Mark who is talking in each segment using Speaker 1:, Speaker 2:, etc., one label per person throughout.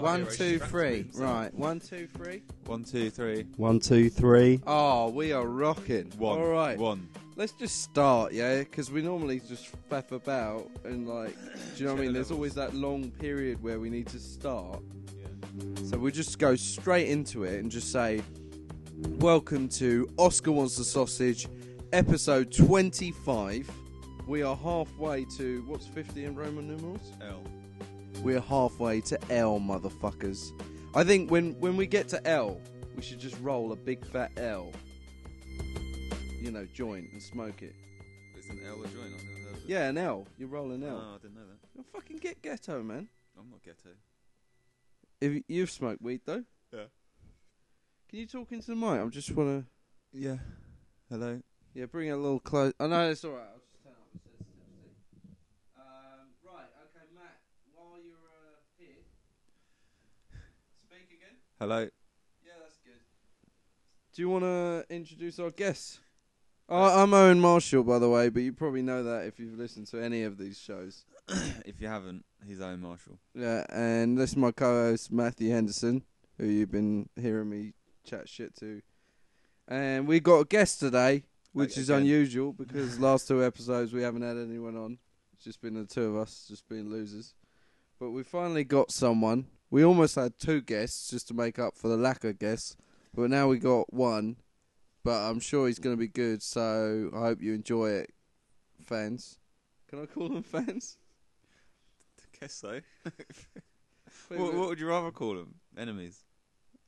Speaker 1: One, two, three. Right. One, two, three.
Speaker 2: One, two, three.
Speaker 3: One, two, three.
Speaker 1: Oh, we are rocking.
Speaker 2: One.
Speaker 1: All right.
Speaker 2: One.
Speaker 1: Let's just start, yeah? Because we normally just faff about and, like, do you know what I mean? There's always that long period where we need to start. So we'll just go straight into it and just say, Welcome to Oscar Wants the Sausage, episode 25. We are halfway to, what's 50 in Roman numerals?
Speaker 2: L.
Speaker 1: We're halfway to L, motherfuckers. I think when when we get to L, we should just roll a big fat L. You know, joint and smoke it.
Speaker 2: It's an L a joint. I've never heard of it.
Speaker 1: Yeah, an L. You're rolling L.
Speaker 2: Oh, I didn't know that.
Speaker 1: You'll fucking get ghetto, man.
Speaker 2: I'm not ghetto.
Speaker 1: If you- you've smoked weed though.
Speaker 2: Yeah.
Speaker 1: Can you talk into the mic? I just wanna.
Speaker 2: Yeah. Hello.
Speaker 1: Yeah, bring it a little close. I know it's all right. I'll just turn up the sensitivity. Um, right. Okay, Matt. While you're uh, here, speak again.
Speaker 2: Hello.
Speaker 1: Yeah, that's good. Do you want to introduce our guests? I I'm Owen Marshall, by the way, but you probably know that if you've listened to any of these shows.
Speaker 2: if you haven't, he's Owen Marshall.
Speaker 1: Yeah, and this is my co-host Matthew Henderson, who you've been hearing me chat shit to, and we got a guest today, which
Speaker 2: Like,
Speaker 1: is
Speaker 2: again.
Speaker 1: unusual because last two episodes we haven't had anyone on. It's just been the two of us, just being losers. But we finally got someone. We almost had two guests just to make up for the lack of guests, but now we got one. But I'm sure he's going to be good, so I hope you enjoy it, fans. Can I call them fans?
Speaker 2: Guess so. what, what would you rather call them? Enemies.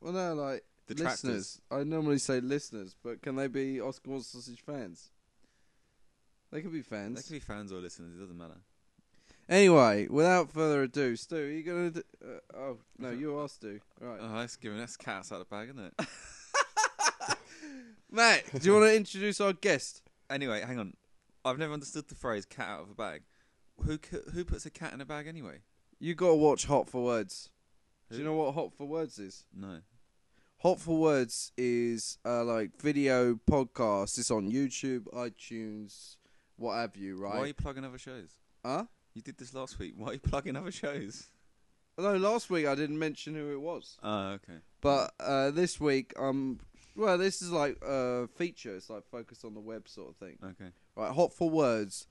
Speaker 1: Well, no, like
Speaker 2: Detractors.
Speaker 1: listeners. I normally say listeners, but can they be Oscar Wants Sausage fans? They could be
Speaker 2: They
Speaker 1: fans.
Speaker 2: could be fans or listeners. It doesn't matter.
Speaker 1: Anyway, without further ado, Stu, are you gonna? Do, uh, oh no, you are Stu. Right,
Speaker 2: Oh, that's giving us cats out of the bag, isn't it?
Speaker 1: Matt. Do you want to introduce our guest?
Speaker 2: anyway, hang on. I've never understood the phrase "cat out of a bag." Who c- who puts a cat in a bag anyway?
Speaker 1: You gotta watch Hot for Words. Do you
Speaker 2: Who?
Speaker 1: know what Hot for Words is?
Speaker 2: No.
Speaker 1: Hot for Words is uh, like video podcast. It's on YouTube, iTunes, what have you,
Speaker 2: Why are you
Speaker 1: right?
Speaker 2: plugging other shows?
Speaker 1: Huh?
Speaker 2: You did this last week. Why are you plugging other shows?
Speaker 1: No, last week I didn't mention who it was.
Speaker 2: Oh, okay.
Speaker 1: But uh, this week, um, well, this is like a feature. It's like focused on the web sort of thing.
Speaker 2: Okay.
Speaker 1: Right, hot for words.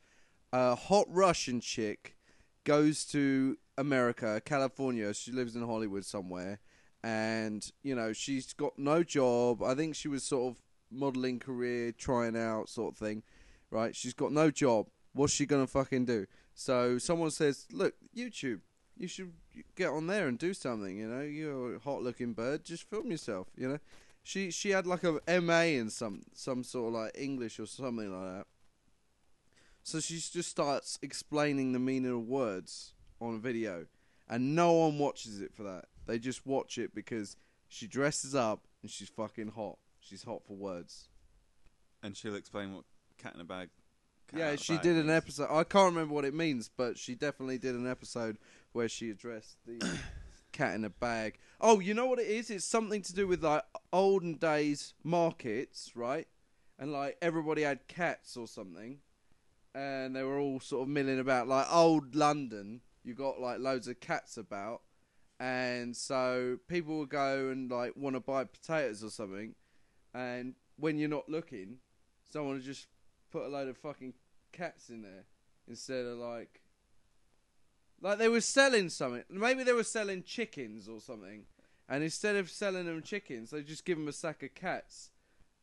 Speaker 1: A hot Russian chick goes to America, California. She lives in Hollywood somewhere, and you know she's got no job. I think she was sort of modeling career, trying out sort of thing. Right, she's got no job. What's she gonna fucking do? So someone says, "Look, YouTube, you should get on there and do something. You know, you're a hot looking bird. Just film yourself. You know." She she had like a MA in some some sort of like English or something like that. So she just starts explaining the meaning of words on video, and no one watches it for that. They just watch it because she dresses up and she's fucking hot. She's hot for words.
Speaker 2: And she'll explain what cat in a bag. Cat out
Speaker 1: yeah,
Speaker 2: of
Speaker 1: she
Speaker 2: bag
Speaker 1: did an
Speaker 2: means.
Speaker 1: episode. I can't remember what it means, but she definitely did an episode where she addressed the cat in a bag. Oh, you know what it is? It's something to do with like olden days markets, right? And like everybody had cats or something, and they were all sort of milling about. Like old London, you got like loads of cats about, and so people would go and like want to buy potatoes or something, and when you're not looking, someone would just put a load of fucking cats in there instead of like like they were selling something maybe they were selling chickens or something and instead of selling them chickens they just give them a sack of cats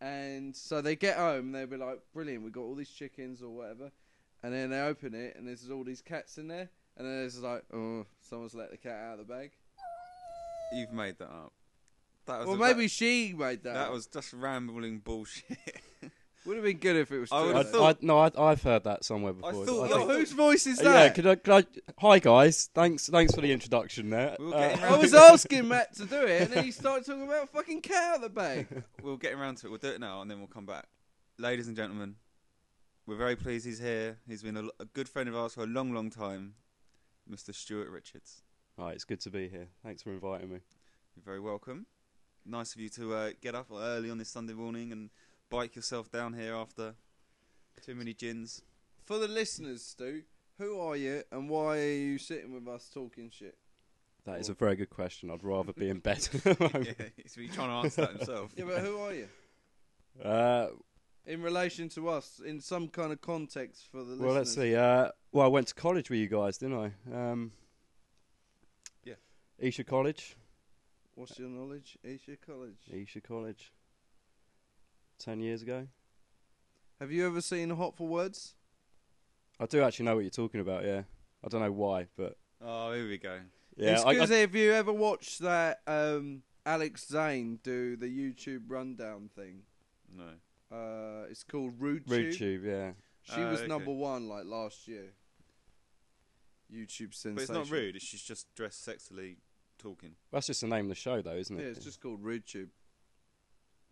Speaker 1: and so they get home they'll be like brilliant we got all these chickens or whatever and then they open it and there's all these cats in there and then it's like oh someone's let the cat out of the bag
Speaker 2: You've made that up. That was
Speaker 1: well
Speaker 2: a-
Speaker 1: maybe
Speaker 2: that,
Speaker 1: she made that
Speaker 2: that
Speaker 1: up.
Speaker 2: was just rambling bullshit.
Speaker 1: would have been good if it was
Speaker 2: I
Speaker 1: true,
Speaker 2: would've
Speaker 3: I,
Speaker 1: though.
Speaker 2: thought-
Speaker 3: I, no, I, I've heard that somewhere before.
Speaker 2: thought-
Speaker 3: I
Speaker 1: Yo,
Speaker 3: think-
Speaker 1: whose voice is
Speaker 3: Uh, yeah,
Speaker 1: that
Speaker 3: could I, could I, hi guys, thanks, thanks for the introduction there.
Speaker 2: We were
Speaker 3: Uh,
Speaker 2: getting
Speaker 1: I was asking Matt to do it, and then he started talking about fucking cat out of the bag.
Speaker 2: we'll get around to it. We'll do it now, and then we'll come back. Ladies and gentlemen, we're very pleased he's here. He's been a, l- a good friend of ours for a long, long time, Mr. Stuart Richards.
Speaker 3: Right, it's good to be here. Thanks for inviting me.
Speaker 2: You're very welcome. Nice of you to uh, get up early on this Sunday morning and bike yourself down here after too many gins.
Speaker 1: For the listeners, Stu, who are you, and why are you sitting with us talking shit?
Speaker 3: That is a very good question. I'd rather be in bed. at the
Speaker 2: yeah,
Speaker 3: moment.
Speaker 2: he's really trying to answer that himself.
Speaker 1: Yeah, but who are you
Speaker 3: Uh,
Speaker 1: in relation to us in some kind of context for the
Speaker 3: well, let's
Speaker 1: listeners?
Speaker 3: see. Uh, well, I went to college with you guys, didn't I? Um,
Speaker 2: Yeah.
Speaker 3: Isha College.
Speaker 1: What's your knowledge? Isha College.
Speaker 3: Isha College. Ten years ago.
Speaker 1: Have you ever seen Hot for Words?
Speaker 3: I do actually know what you're talking about. Yeah. I don't know why, but
Speaker 2: Oh, here we go.
Speaker 3: yeah. I- I-
Speaker 1: Excuse me, if you ever watched that um, Alex Zane do the YouTube rundown thing,
Speaker 2: No.
Speaker 1: uh, it's called Rude
Speaker 3: Root
Speaker 1: Tube.
Speaker 3: tube, yeah.
Speaker 1: She
Speaker 2: Ah,
Speaker 1: was
Speaker 2: okay.
Speaker 1: number one like last year. YouTube sensation.
Speaker 2: But it's not rude. It's she's just dressed sexily, talking.
Speaker 3: That's just the name of the show, though, isn't
Speaker 1: Yeah,
Speaker 3: it?
Speaker 1: it's just called Rude Tube.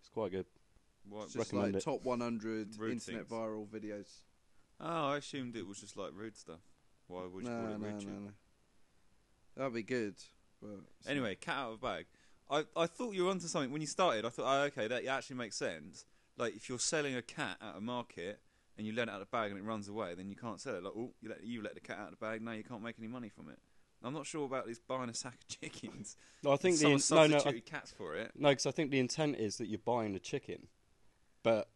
Speaker 3: It's quite good.
Speaker 2: What?
Speaker 1: It's just
Speaker 3: recommend
Speaker 1: like
Speaker 3: it.
Speaker 1: top 100
Speaker 2: Rude
Speaker 1: internet
Speaker 2: things.
Speaker 1: viral videos.
Speaker 2: Oh, I assumed it was just like rude stuff. Why would you
Speaker 1: no,
Speaker 2: call it
Speaker 1: no,
Speaker 2: rude?
Speaker 1: no,
Speaker 2: tube?
Speaker 1: no. That'd be good. But it's not.
Speaker 2: Anyway, cat out of bag. I, I thought you were onto something when you started. I thought, oh, okay, that actually makes sense. Like if you're selling a cat at a market and you let it out of the bag and it runs away, then you can't sell it. Like, oh, you let you let the cat out of the bag. Now you can't make any money from it. I'm not sure about this buying a sack of chickens.
Speaker 3: No, I think the
Speaker 2: someone
Speaker 3: in- no, no, I,
Speaker 2: substituted cats for it.
Speaker 3: no, because I think the intent is that you're buying a chicken, but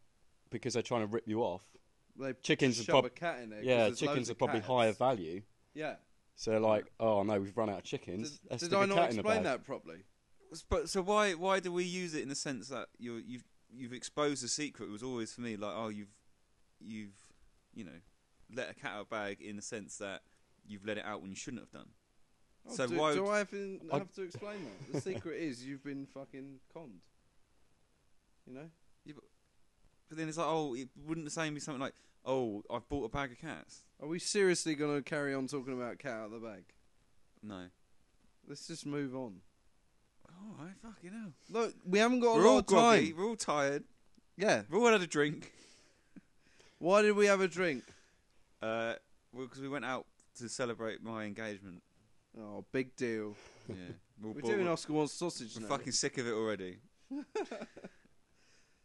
Speaker 3: because they're trying to rip you off.
Speaker 1: they
Speaker 3: chickens are
Speaker 1: shove
Speaker 3: prob-
Speaker 1: a cat in there. 'cause
Speaker 3: Yeah,
Speaker 1: there's loads
Speaker 3: chickens are
Speaker 1: of
Speaker 3: probably
Speaker 1: cats.
Speaker 3: higher value.
Speaker 1: Yeah.
Speaker 3: So they're like, oh no, we've run out of
Speaker 1: Did,
Speaker 3: chickens. Let's
Speaker 1: did
Speaker 3: stick
Speaker 1: I
Speaker 3: a
Speaker 1: not
Speaker 3: cat in the
Speaker 1: explain
Speaker 3: bag.
Speaker 1: that properly?
Speaker 2: S- But so why why do we use it in the sense that you you've you've exposed a secret? It was always for me like oh you've you've you know let a cat out of the bag in the sense that you've let it out when you shouldn't have done.
Speaker 1: Oh,
Speaker 2: So
Speaker 1: do,
Speaker 2: why
Speaker 1: do
Speaker 2: would-
Speaker 1: I have, in,
Speaker 3: I-
Speaker 1: have to explain that? The secret is you've been fucking conned. You know?
Speaker 2: But then it's like oh it wouldn't the same be something like oh I've bought a bag of cats.
Speaker 1: Are we seriously going to carry on talking about cat out of the bag?
Speaker 2: No.
Speaker 1: Let's just move on.
Speaker 2: Oh, I fucking hell.
Speaker 1: Look, we haven't got
Speaker 2: we're
Speaker 1: a
Speaker 2: all
Speaker 1: lot of time.
Speaker 2: groggy. We're all tired.
Speaker 1: Yeah.
Speaker 2: We've all had a drink.
Speaker 1: Why did we have a drink?
Speaker 2: Uh, because we went out to celebrate my engagement.
Speaker 1: Oh, big deal.
Speaker 2: Yeah, we're, all
Speaker 1: We're
Speaker 2: bored.
Speaker 1: doing
Speaker 2: We're-
Speaker 1: Oscar Wilde sausage
Speaker 2: we're
Speaker 1: now.
Speaker 2: fucking sick of it already.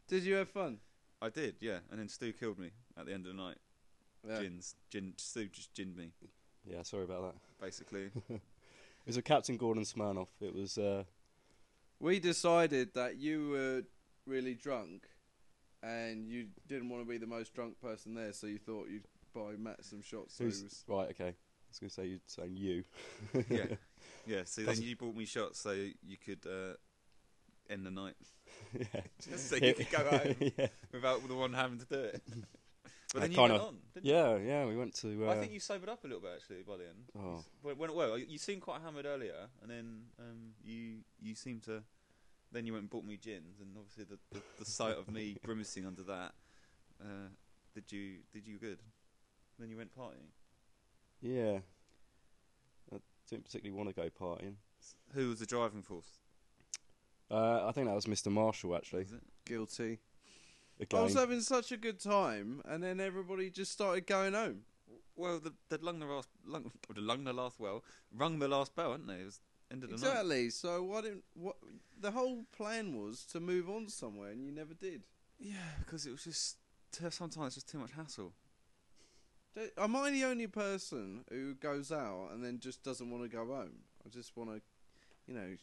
Speaker 1: Did you have fun?
Speaker 2: I did, yeah. And then Stu killed me at the end of the night.
Speaker 1: Yeah.
Speaker 2: Gins, gin, Stu just ginned me,
Speaker 3: Yeah, sorry about that.
Speaker 2: basically.
Speaker 3: It was a Captain Gordon Smirnoff. It was uh,
Speaker 1: We decided that you were really drunk and you didn't want to be the most drunk person there, so you thought you'd buy Matt some shots. So he
Speaker 3: who's
Speaker 1: was,
Speaker 3: right? Okay, I was going to say you saying you.
Speaker 2: yeah, yeah. So then
Speaker 3: Doesn't-
Speaker 2: you bought me shots so you could uh, end the night,
Speaker 3: yeah.
Speaker 2: just so you could go home
Speaker 3: yeah.
Speaker 2: without the one having to do it. but
Speaker 3: I
Speaker 2: then you
Speaker 3: kinda-
Speaker 2: went on. Didn't you?
Speaker 3: yeah, yeah. We went to. Uh,
Speaker 2: I think you sobered up a little bit actually by the end.
Speaker 3: Oh.
Speaker 2: You s- When, when, well, you seemed quite hammered earlier, and then um, you you seemed to. Then you went and bought me gins, and obviously the, the, the sight of me grimacing under that uh, did you did you good. Then you went partying.
Speaker 3: Yeah. I didn't particularly want to go partying.
Speaker 2: Who was the driving force?
Speaker 3: Uh, I think that was Mr. Marshall actually.
Speaker 2: Was it? Oh,
Speaker 1: Guilty.
Speaker 3: Again.
Speaker 1: I was having such a good time, and then everybody just started going home.
Speaker 2: Well, the, they'd lung the last lung, the lung the last well, rung the last bell, hadn't they? It was end of the night.
Speaker 1: Exactly. So why didn't what the whole plan was to move on somewhere, and you never did.
Speaker 2: Yeah, because it was just t- sometimes just too much hassle.
Speaker 1: D- Am I the only person who goes out and then just doesn't want to go home? I just want to, you know,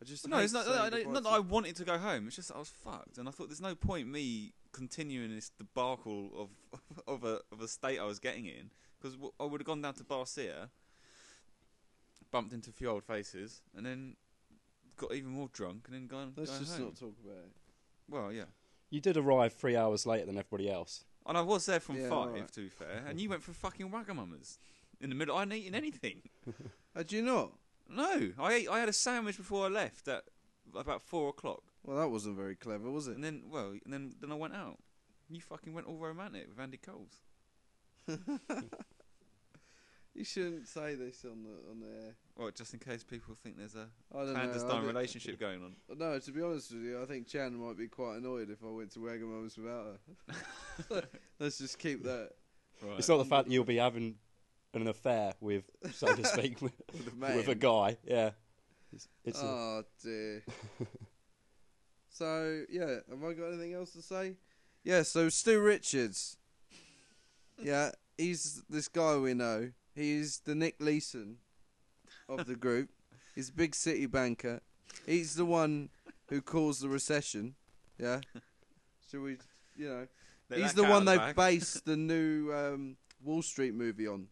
Speaker 1: I just
Speaker 2: no,
Speaker 1: hate
Speaker 2: it's not,
Speaker 1: saying
Speaker 2: I, don't-
Speaker 1: goodbye
Speaker 2: not
Speaker 1: to-
Speaker 2: that I wanted to go home. It's just that I was fucked, and I thought there's no point me continuing this debacle of of a of a state I was getting in because w- I would have gone down to Barcia, bumped into a few old faces, and then got even more drunk, and then gone.
Speaker 1: Let's
Speaker 2: gone
Speaker 1: just
Speaker 2: home.
Speaker 1: not talk about it.
Speaker 2: Well, yeah,
Speaker 3: You did arrive three hours later than everybody else.
Speaker 2: and I was there from
Speaker 1: Yeah,
Speaker 2: five
Speaker 1: alright.
Speaker 2: to be fair, and you went for fucking wagamamas in the middle. I hadn't eaten anything.
Speaker 1: Uh, do you not?
Speaker 2: No, I ate, I had a sandwich before I left at about four o'clock.
Speaker 1: Well, that wasn't very clever, was it?
Speaker 2: And then, well, and then, then I went out. You fucking went all romantic with Andy Coles.
Speaker 1: You shouldn't say this on the on the air.
Speaker 2: Well, just in case people think there's a
Speaker 1: I don't know. I
Speaker 2: clandestine
Speaker 1: don't-
Speaker 2: relationship going on.
Speaker 1: No, to be honest with you, I think Chan might be quite annoyed if I went to Wagamama's without her. Let's just keep that.
Speaker 2: Right.
Speaker 3: It's not the fact that you'll be having an affair with, so to speak, with,
Speaker 1: With a
Speaker 3: with a
Speaker 1: man.
Speaker 3: guy. Yeah. It's, it's a-
Speaker 1: Oh dear. so yeah, have I got anything else to say? Yeah. So Stu Richards. Yeah, he's this guy we know. He's the Nick Leeson of the group. He's a big city banker. He's the one who caused the recession. Yeah. Should we, you know?
Speaker 2: Let
Speaker 1: he's
Speaker 2: that
Speaker 1: the
Speaker 2: cat out
Speaker 1: one
Speaker 2: of
Speaker 1: they
Speaker 2: bag.
Speaker 1: based the new um, Wall Street movie on.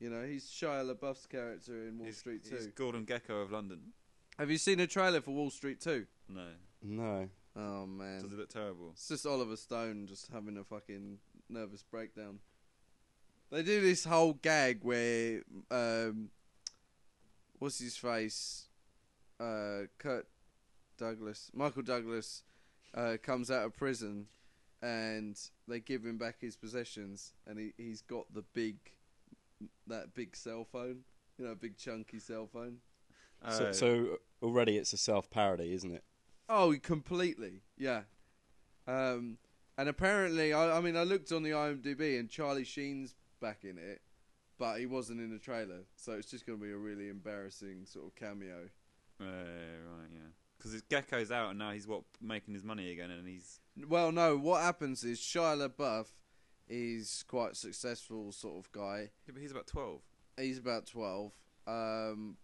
Speaker 1: You know, he's Shia LaBeouf's character in Wall
Speaker 2: He's-
Speaker 1: Street 2.
Speaker 2: he's Gordon Gecko of London.
Speaker 1: Have you seen a trailer for Wall Street 2?
Speaker 2: No,
Speaker 3: No.
Speaker 1: Oh,
Speaker 2: does it
Speaker 1: man.
Speaker 2: look terrible?
Speaker 1: It's just Oliver Stone just having a fucking nervous breakdown. They do this whole gag where, um, what's his face? Uh, Kurt Douglas, Michael Douglas, uh, comes out of prison and they give him back his possessions and he, he's got the big, that big cell phone, you know, big chunky cell phone.
Speaker 2: Oh,
Speaker 3: So, so already it's a self parody, isn't it?
Speaker 1: Oh, completely. Yeah. Um, and apparently, I, I mean, I looked on the IMDb and Charlie Sheen's back in it, but he wasn't in the trailer, so it's just going to be a really embarrassing sort of cameo.
Speaker 2: uh, right, yeah. Because his Gecko's out and now he's what making his money again, and he's
Speaker 1: Well, no, what happens is Shia LaBeouf is quite successful sort of guy.
Speaker 2: yeah, but he's about twelve.
Speaker 1: He's about twelve, um,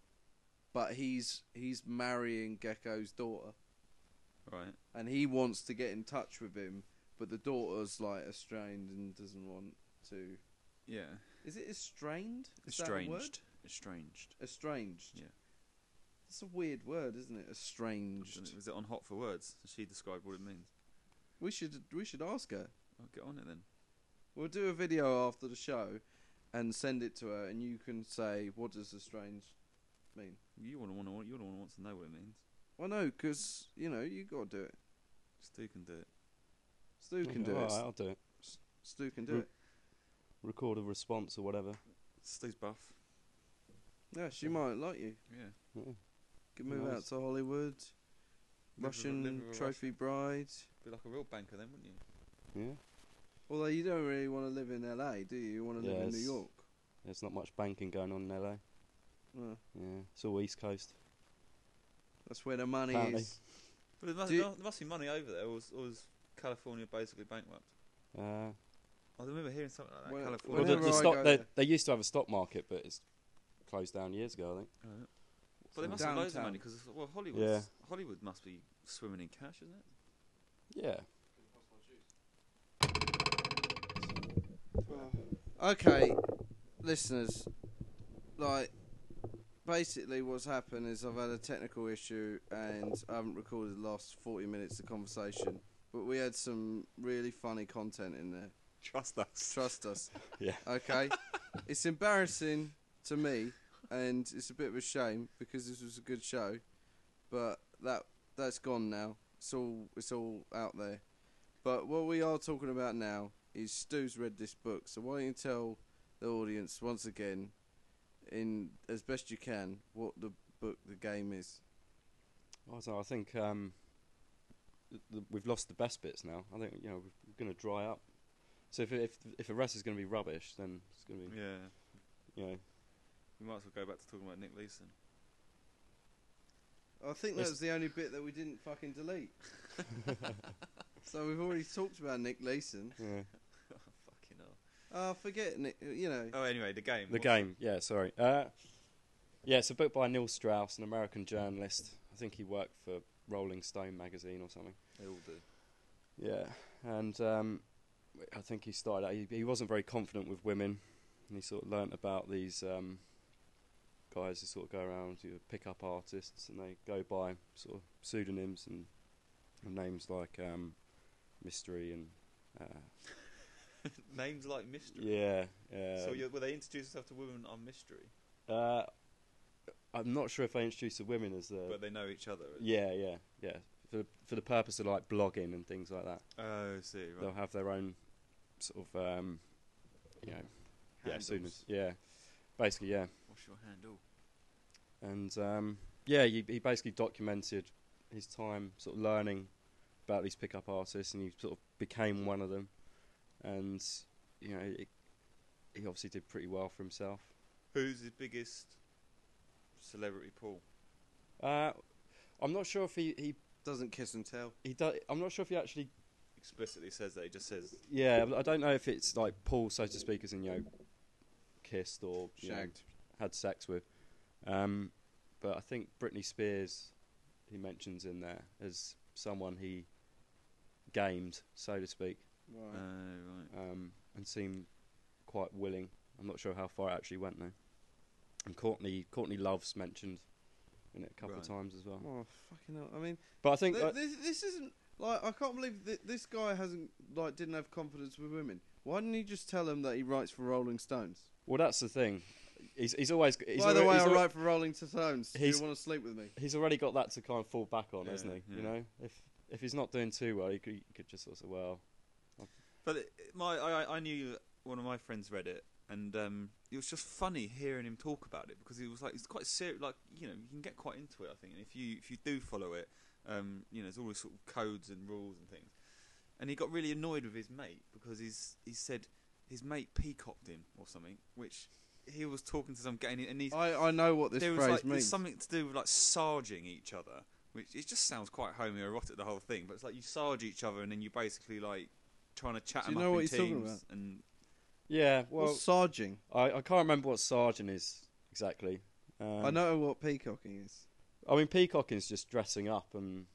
Speaker 1: but he's he's marrying Gecko's daughter.
Speaker 2: Right.
Speaker 1: and he wants to get in touch with him, but the daughter's like estranged and doesn't want to.
Speaker 2: Yeah.
Speaker 1: Is it estranged? Is that a word?
Speaker 2: Estranged. Estranged.
Speaker 1: Estranged.
Speaker 2: Yeah.
Speaker 1: That's a weird word, isn't it? Estranged.
Speaker 2: Was it on Hot for Words? She described what it means.
Speaker 1: We should we should ask her.
Speaker 2: I'll get on it then.
Speaker 1: We'll do a video after the show, and send it to her, and you can say what does estranged mean.
Speaker 2: You want to want to. You're the one who wants to know what it means.
Speaker 1: Well, no, because you know you got to do it.
Speaker 2: Stu can do it.
Speaker 1: Stu can do
Speaker 3: Alright,
Speaker 1: it.
Speaker 3: I'll do it.
Speaker 1: Stu can do
Speaker 3: Mm.
Speaker 1: it.
Speaker 3: Record a response or whatever.
Speaker 2: Stu's buff.
Speaker 1: Yeah, she might like you.
Speaker 2: Yeah.
Speaker 1: Could move out
Speaker 3: Nice.
Speaker 1: to Hollywood.
Speaker 2: with a- live
Speaker 1: Russian
Speaker 2: with a
Speaker 1: trophy bride.
Speaker 2: Be like a real banker then, wouldn't you?
Speaker 3: Yeah.
Speaker 1: Although you don't really want to live in LA, do you? You want to live in New
Speaker 3: Yes.
Speaker 1: York.
Speaker 3: There's not much banking going on in LA.
Speaker 1: Uh,
Speaker 3: Yeah. It's all East Coast.
Speaker 1: that's where the money
Speaker 3: Apparently.
Speaker 1: is.
Speaker 2: But there must,
Speaker 1: Do you-
Speaker 2: there must be money over there, or was, or was California basically bankrupt?
Speaker 3: Uh,
Speaker 2: I remember hearing something like that.
Speaker 1: Well,
Speaker 3: well, the,
Speaker 2: California.
Speaker 1: Whenever
Speaker 3: the
Speaker 1: I
Speaker 3: stock,
Speaker 1: go
Speaker 3: they,
Speaker 1: there-
Speaker 3: they used to have a stock market, but it's closed down years ago, I think.
Speaker 2: Right. But they must have loads of money because well, Hollywood.
Speaker 3: Yeah.
Speaker 2: Hollywood must be swimming in cash, isn't it?
Speaker 3: Yeah.
Speaker 1: Okay, listeners, like, basically what's happened is I've had a technical issue and I haven't recorded the last 40 minutes of conversation. But we had some really funny content in there.
Speaker 2: Trust us.
Speaker 1: Trust us.
Speaker 3: Yeah.
Speaker 1: Okay? it's embarrassing to me and it's a bit of a shame because this was a good show. But that that's gone now. It's all it's all out there. But what we are talking about now is Stu's read this book, so why don't you tell the audience once again in as best you can what the book the game is.
Speaker 3: Well, so I think um, th- th- we've lost the best bits now. I think you know we're going to dry up. So if if if the rest is going to be rubbish, then it's going to be
Speaker 2: Yeah.
Speaker 3: you know
Speaker 2: We might as well go back to talking about Nick Leeson.
Speaker 1: I think that
Speaker 3: It's-
Speaker 1: was the only bit that we didn't fucking delete. so we've already talked about Nick Leeson.
Speaker 3: yeah.
Speaker 2: oh, fucking hell.
Speaker 1: Oh, forget Nick, you know.
Speaker 3: Uh,
Speaker 2: Oh, anyway, the game.
Speaker 3: the game. Yeah, sorry. Uh, yeah, it's a book by Neil Strauss, an American journalist. I think he worked for Rolling Stone magazine or something.
Speaker 2: They all do.
Speaker 3: Yeah, and um, I think he started. out- He, he wasn't very confident with women, and he sort of learnt about these um, guys who sort of go around, you know, pick up artists, and they go by sort of pseudonyms and, and names like um, Mystery and uh,
Speaker 2: Names like mystery.
Speaker 3: yeah, yeah.
Speaker 2: so you're, were they introduced themselves to women on mystery,
Speaker 3: uh, I'm not sure if they introduced the women as the
Speaker 2: but they know each other.
Speaker 3: Uh, yeah, yeah, yeah. For the, for the purpose of like blogging and things like that,
Speaker 2: Oh, I see. Right.
Speaker 3: they'll have their own sort of um, you know Yeah,
Speaker 2: Handles.
Speaker 3: soon as yeah, basically yeah,
Speaker 2: What's your handle?
Speaker 3: and um, yeah, he, he basically documented his time sort of learning about these pickup artists, and he sort of became one of them, and you know it, he obviously did pretty well for himself.
Speaker 2: Who's the biggest celebrity pool?
Speaker 3: Uh, I'm not sure if he he
Speaker 1: Doesn't kiss and tell.
Speaker 3: he do, I'm not sure if he actually
Speaker 2: Explicitly says that. He just says
Speaker 3: yeah I don't know if it's like Paul so to speak as in you know kissed or you know,
Speaker 1: Shagged.
Speaker 3: had sex with. Um, but I think Britney Spears, he mentions in there as someone he gamed, so to speak,
Speaker 2: Oh,
Speaker 1: Right.
Speaker 2: right.
Speaker 3: um, and seemed quite willing. I'm not sure how far it actually went though. And Courtney, Courtney Love's mentioned in it a couple of
Speaker 2: Right.
Speaker 3: times as well.
Speaker 1: oh fucking hell! I mean,
Speaker 3: But I think
Speaker 1: th-
Speaker 3: uh, I-
Speaker 1: this, this isn't like I can't believe that this guy hasn't like didn't have confidence with women. Why didn't he just tell them that he writes for Rolling Stones?
Speaker 3: well, that's the thing. He's he's always he's
Speaker 1: By the
Speaker 3: alre-
Speaker 1: way,
Speaker 3: he's
Speaker 1: I
Speaker 3: alre-
Speaker 1: write for Rolling Stones. Do you
Speaker 3: He's-
Speaker 1: want to sleep with me?
Speaker 3: he's already got that to kind of fall back on, hasn't
Speaker 2: Yeah,
Speaker 3: he? You
Speaker 2: yeah.
Speaker 3: know, if if he's not doing too well, he could, he could just sort of say, well,
Speaker 2: But it, it- my, I, I- I knew one of my friends read it, and um, it was just funny hearing him talk about it because he was like, it's quite serious. Like you know, you can get quite into it. I think, and if you if you do follow it, um, you know, there's all these sort of codes and rules and things. And he got really annoyed with his mate because he's he said his mate peacocked him or something, which he was talking to some guy, and, he- and he's
Speaker 1: I, I know what this
Speaker 2: there
Speaker 1: phrase
Speaker 2: was like there's
Speaker 1: means.
Speaker 2: something to do with like sarging each other, which it just sounds quite homoerotic the whole thing. But it's like you sarge each other and then you basically like trying to chat
Speaker 1: Do you
Speaker 2: them
Speaker 1: know
Speaker 2: up
Speaker 1: what
Speaker 2: in
Speaker 1: he's
Speaker 2: teams.
Speaker 1: talking
Speaker 2: And
Speaker 3: yeah, well,
Speaker 1: What's sarging?
Speaker 3: I, I can't remember what sergeant is exactly. Um,
Speaker 1: I know what peacocking is.
Speaker 3: I mean, peacocking is just dressing up and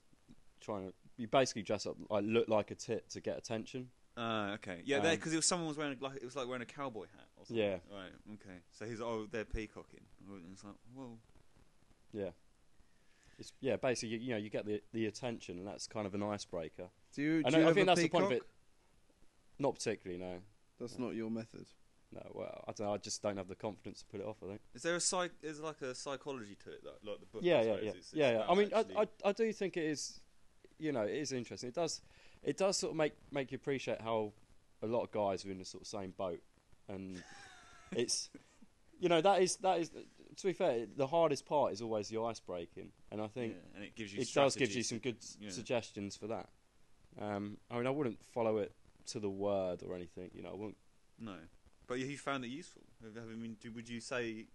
Speaker 3: trying to. You basically dress up, like look like a tit to get attention.
Speaker 2: uh, okay, yeah, there
Speaker 3: Um,
Speaker 2: because someone was wearing like it was like wearing a cowboy hat. or something.
Speaker 3: Yeah.
Speaker 2: right, okay. So he's oh they're peacocking. And it's like whoa,
Speaker 3: Yeah, it's yeah. Basically, you, you know, you get the the attention, and that's kind of an icebreaker.
Speaker 1: Do you? Do
Speaker 3: I know.
Speaker 1: you
Speaker 3: I
Speaker 1: have
Speaker 3: think
Speaker 1: a
Speaker 3: that's
Speaker 1: peacock?
Speaker 3: the point of it. Not particularly, no.
Speaker 1: That's not your method.
Speaker 3: No, well, I don't. know, I just don't have the confidence to put it off. I think.
Speaker 2: is there a psych? Is like a psychology to it, like, like the book? I
Speaker 3: yeah, yeah,
Speaker 2: suppose,
Speaker 3: yeah,
Speaker 2: it's- it's
Speaker 3: yeah, yeah.
Speaker 2: about
Speaker 3: I mean,
Speaker 2: actually-
Speaker 3: I, I, I do think it is, you know, it is interesting. It does, it does sort of make make you appreciate how a lot of guys are in the sort of same boat, and it's, you know, that is that is to be fair, the hardest part is always the ice breaking, and I think
Speaker 2: yeah, and it gives you
Speaker 3: it does give you
Speaker 2: strategies
Speaker 3: some
Speaker 2: to-
Speaker 3: good s
Speaker 2: yeah.
Speaker 3: suggestions for that. Um, I mean, I wouldn't follow it to the word or anything, you know. I wouldn't.
Speaker 2: No, but you found it useful. Have- have- I mean, do, would you say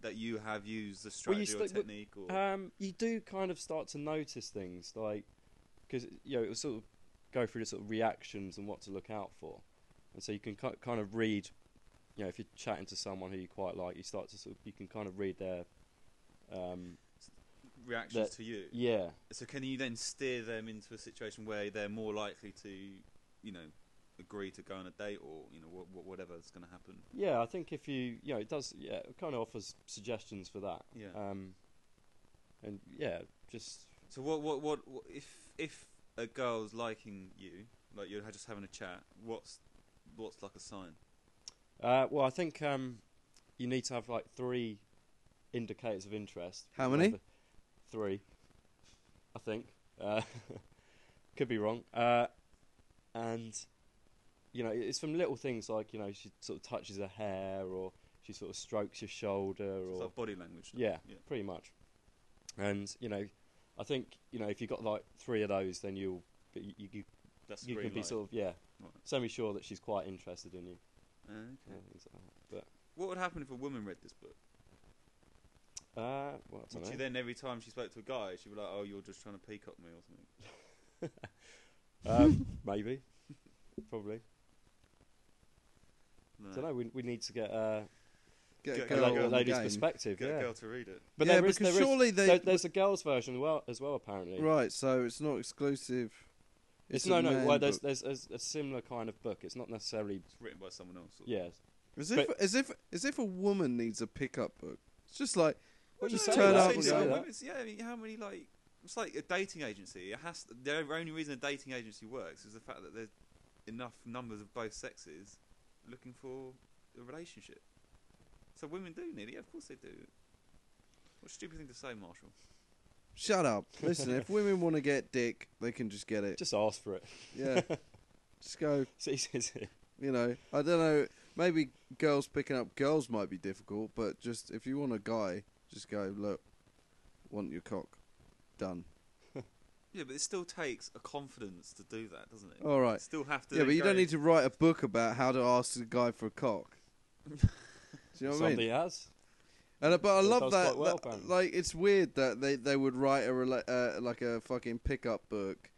Speaker 2: that you have used the
Speaker 3: Well, you
Speaker 2: strategy or
Speaker 3: stick with-
Speaker 2: technique? Or
Speaker 3: Um, you do kind of start to notice things, like because you know it will sort of go through the sort of reactions and what to look out for, and so you can ki- kind of read. You know, if you're chatting to someone who you quite like, you start to sort of you can kind of read their. Um,
Speaker 2: reactions
Speaker 3: that-
Speaker 2: to you.
Speaker 3: yeah,
Speaker 2: So can you then steer them into a situation where they're more likely to, you know, agree to go on a date or you know wha wha- whatever's going to happen?
Speaker 3: yeah. I think if you, you know, it does. Yeah, it kind of offers suggestions for that.
Speaker 2: Yeah.
Speaker 3: Um, and yeah, just
Speaker 2: So what what what, what if if a girl's liking you, like you're ha- just having a chat? What's what's like a sign?
Speaker 3: Uh, well, I think um, you need to have like three indicators of interest.
Speaker 1: How many?
Speaker 3: Remember- Three, I think. Uh, could be wrong. Uh, and you know, it's from little things like you know she sort of touches her hair, or she sort of strokes your shoulder,
Speaker 2: So
Speaker 3: or
Speaker 2: it's like body language. stuff.
Speaker 3: yeah,
Speaker 2: yeah.
Speaker 3: pretty much. And you know, I think you know if you have got like three of those, then you'll you you, you,
Speaker 2: That's a
Speaker 3: you
Speaker 2: green
Speaker 3: can be
Speaker 2: light.
Speaker 3: sort of yeah,
Speaker 2: Right.
Speaker 3: semi sure that she's quite interested in you.
Speaker 2: Ah,
Speaker 3: Yeah,
Speaker 2: okay.
Speaker 3: things like that.
Speaker 2: What would happen if a woman read this book?
Speaker 3: Uh, well, I don't
Speaker 2: Would
Speaker 3: know.
Speaker 2: she then every time she spoke to a guy, she'd be like, "Oh, you're just trying to peacock me" or something?
Speaker 3: Um, maybe, probably.
Speaker 2: No.
Speaker 3: I don't know. We, we need to get, uh,
Speaker 1: Get
Speaker 2: Get
Speaker 1: a
Speaker 3: a,
Speaker 2: Girl
Speaker 3: la-
Speaker 1: girl
Speaker 3: a
Speaker 1: on the
Speaker 3: lady's
Speaker 1: game.
Speaker 3: perspective.
Speaker 2: Get
Speaker 3: yeah,
Speaker 2: a girl to read it.
Speaker 3: but
Speaker 1: yeah,
Speaker 3: there is,
Speaker 1: because
Speaker 3: there is-
Speaker 1: surely they
Speaker 3: there- there's a girls' version as well, as well apparently.
Speaker 1: right. So it's not exclusive.
Speaker 3: It's,
Speaker 1: a
Speaker 3: no, no.
Speaker 1: man
Speaker 3: Well, there's,
Speaker 1: book.
Speaker 3: there's there's a similar kind of book. It's not necessarily
Speaker 2: It's written by someone else. or-
Speaker 3: yeah.
Speaker 1: As if,
Speaker 3: But-
Speaker 1: as if, as if a woman needs a pickup book. It's just like
Speaker 3: Well, you
Speaker 1: just
Speaker 3: say
Speaker 1: turn
Speaker 3: that,
Speaker 1: up
Speaker 3: you
Speaker 1: and
Speaker 2: It's-
Speaker 3: say
Speaker 1: go,
Speaker 3: that.
Speaker 2: it's- yeah, I mean, how many like it's like a dating agency. It has to, the only reason a dating agency works is the fact that there's enough numbers of both sexes looking for a relationship. So women do need it. Yeah, of course they do. What a stupid thing to say, Marshall.
Speaker 1: shut up. Listen, if women want to get dick, they can just get it.
Speaker 3: Just ask for it.
Speaker 1: Yeah. just go.
Speaker 3: It's easy, isn't it?
Speaker 1: You know, I don't know. Maybe girls picking up girls might be difficult, but just if you want a guy, just go look. Want your cock? Done.
Speaker 2: Yeah, but it still takes a confidence to do that, doesn't it?
Speaker 3: Oh,
Speaker 1: All right.
Speaker 2: Still have to.
Speaker 1: Yeah,
Speaker 2: then
Speaker 1: but you don't
Speaker 2: go-
Speaker 1: need to write a book about how to ask a guy for a cock. Do you know what I mean?
Speaker 3: Somebody has.
Speaker 1: And uh, but I
Speaker 3: It
Speaker 1: love
Speaker 3: does
Speaker 1: that,
Speaker 3: quite well,
Speaker 1: that-
Speaker 3: apparently.
Speaker 1: like it's weird that they, they would write a rela- uh, like a fucking pickup book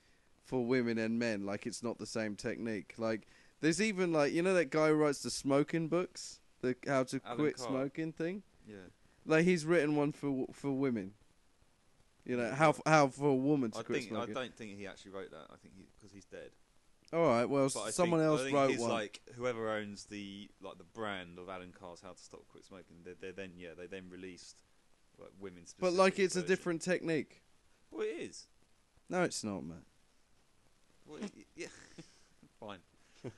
Speaker 1: for women and men like it's not the same technique. Like there's even like you know that guy who writes the smoking books, the how to
Speaker 2: Alan
Speaker 1: quit
Speaker 2: Carr.
Speaker 1: smoking thing.
Speaker 2: Yeah.
Speaker 1: Like he's written one for for women. You know how how for a woman to
Speaker 2: I
Speaker 1: quit
Speaker 2: think I
Speaker 1: smoking.
Speaker 2: don't think he actually wrote that. I think because he's dead.
Speaker 1: All right, well,
Speaker 2: But I
Speaker 1: someone
Speaker 2: think, I
Speaker 1: else
Speaker 2: think
Speaker 1: wrote
Speaker 2: he's
Speaker 1: one.
Speaker 2: Like whoever owns the like the brand of Alan Carr's How to Stop Quit Smoking, they, they then yeah they then released like women's.
Speaker 1: but like, it's a different technique.
Speaker 2: Well, it is.
Speaker 1: No, it's not, man.
Speaker 2: Well, it- yeah, fine.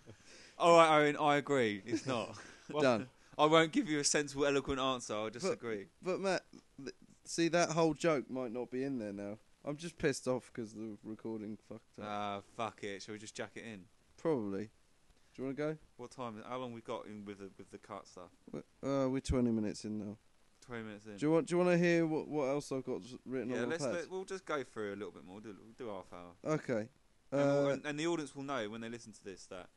Speaker 2: All right, Owen, I agree. It's not. Well,
Speaker 1: Done.
Speaker 2: I won't give you a sensible, eloquent answer. I disagree.
Speaker 1: But Matt, th- see that whole joke might not be in there now. I'm just pissed off because the recording fucked up.
Speaker 2: Ah, fuck it. Shall we just jack it in?
Speaker 1: Probably. Do you want to
Speaker 2: What time? How long we got in with the with the cart stuff?
Speaker 1: go? We're, uh, we're 20 minutes in now.
Speaker 2: Twenty minutes in.
Speaker 1: Do you want? Do you want to hear what what else I've got s- written
Speaker 2: yeah,
Speaker 1: on my
Speaker 2: let's
Speaker 1: pad?
Speaker 2: let, we'll just go through a little bit more. We'll do, we'll do half hour.
Speaker 1: Okay.
Speaker 2: And, we'll-
Speaker 1: Uh,
Speaker 2: and- and the audience will know when they listen to this that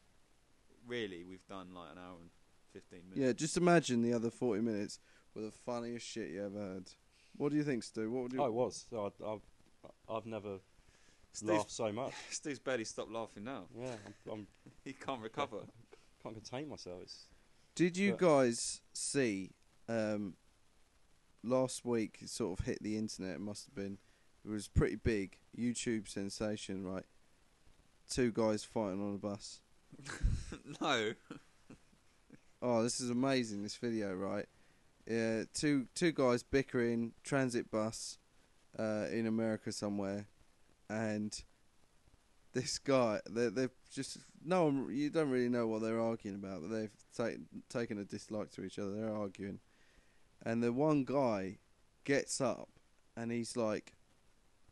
Speaker 2: really we've done like an hour and fifteen minutes.
Speaker 1: yeah, just imagine the other 40 minutes were the funniest shit you ever heard. What do you think, Stu? What would you?
Speaker 3: I Oh, was. I, I've, I've never
Speaker 2: Stu's,
Speaker 3: laughed so much.
Speaker 2: Stu's barely stopped laughing now.
Speaker 3: Yeah, I'm, I'm
Speaker 2: He can't recover.
Speaker 3: can't contain myself. It's
Speaker 1: Did you
Speaker 3: But-
Speaker 1: guys see um, last week? It sort of hit the internet. It must have been. It was pretty big YouTube sensation, right? Two guys fighting on a bus.
Speaker 2: no.
Speaker 1: Oh, this is amazing! This video, right? Yeah, two two guys bickering transit bus uh, in America somewhere, and this guy they they've just no one you don't really know what they're arguing about, but they've taken taken a dislike to each other. They're arguing, and the one guy gets up and he's like,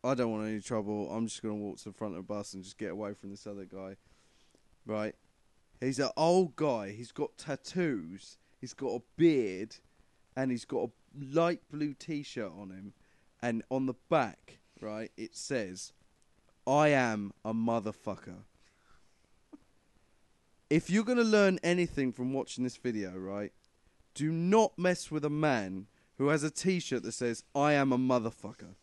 Speaker 1: "I don't want any trouble. I'm just gonna walk to the front of the bus and just get away from this other guy." Right? He's an old guy. He's got tattoos. He's got a beard, and he's got a light blue T-shirt on him, and on the back, right, it says, "I am a motherfucker." If you're gonna learn anything from watching this video, right, do not mess with a man who has a T-shirt that says, "I am a motherfucker."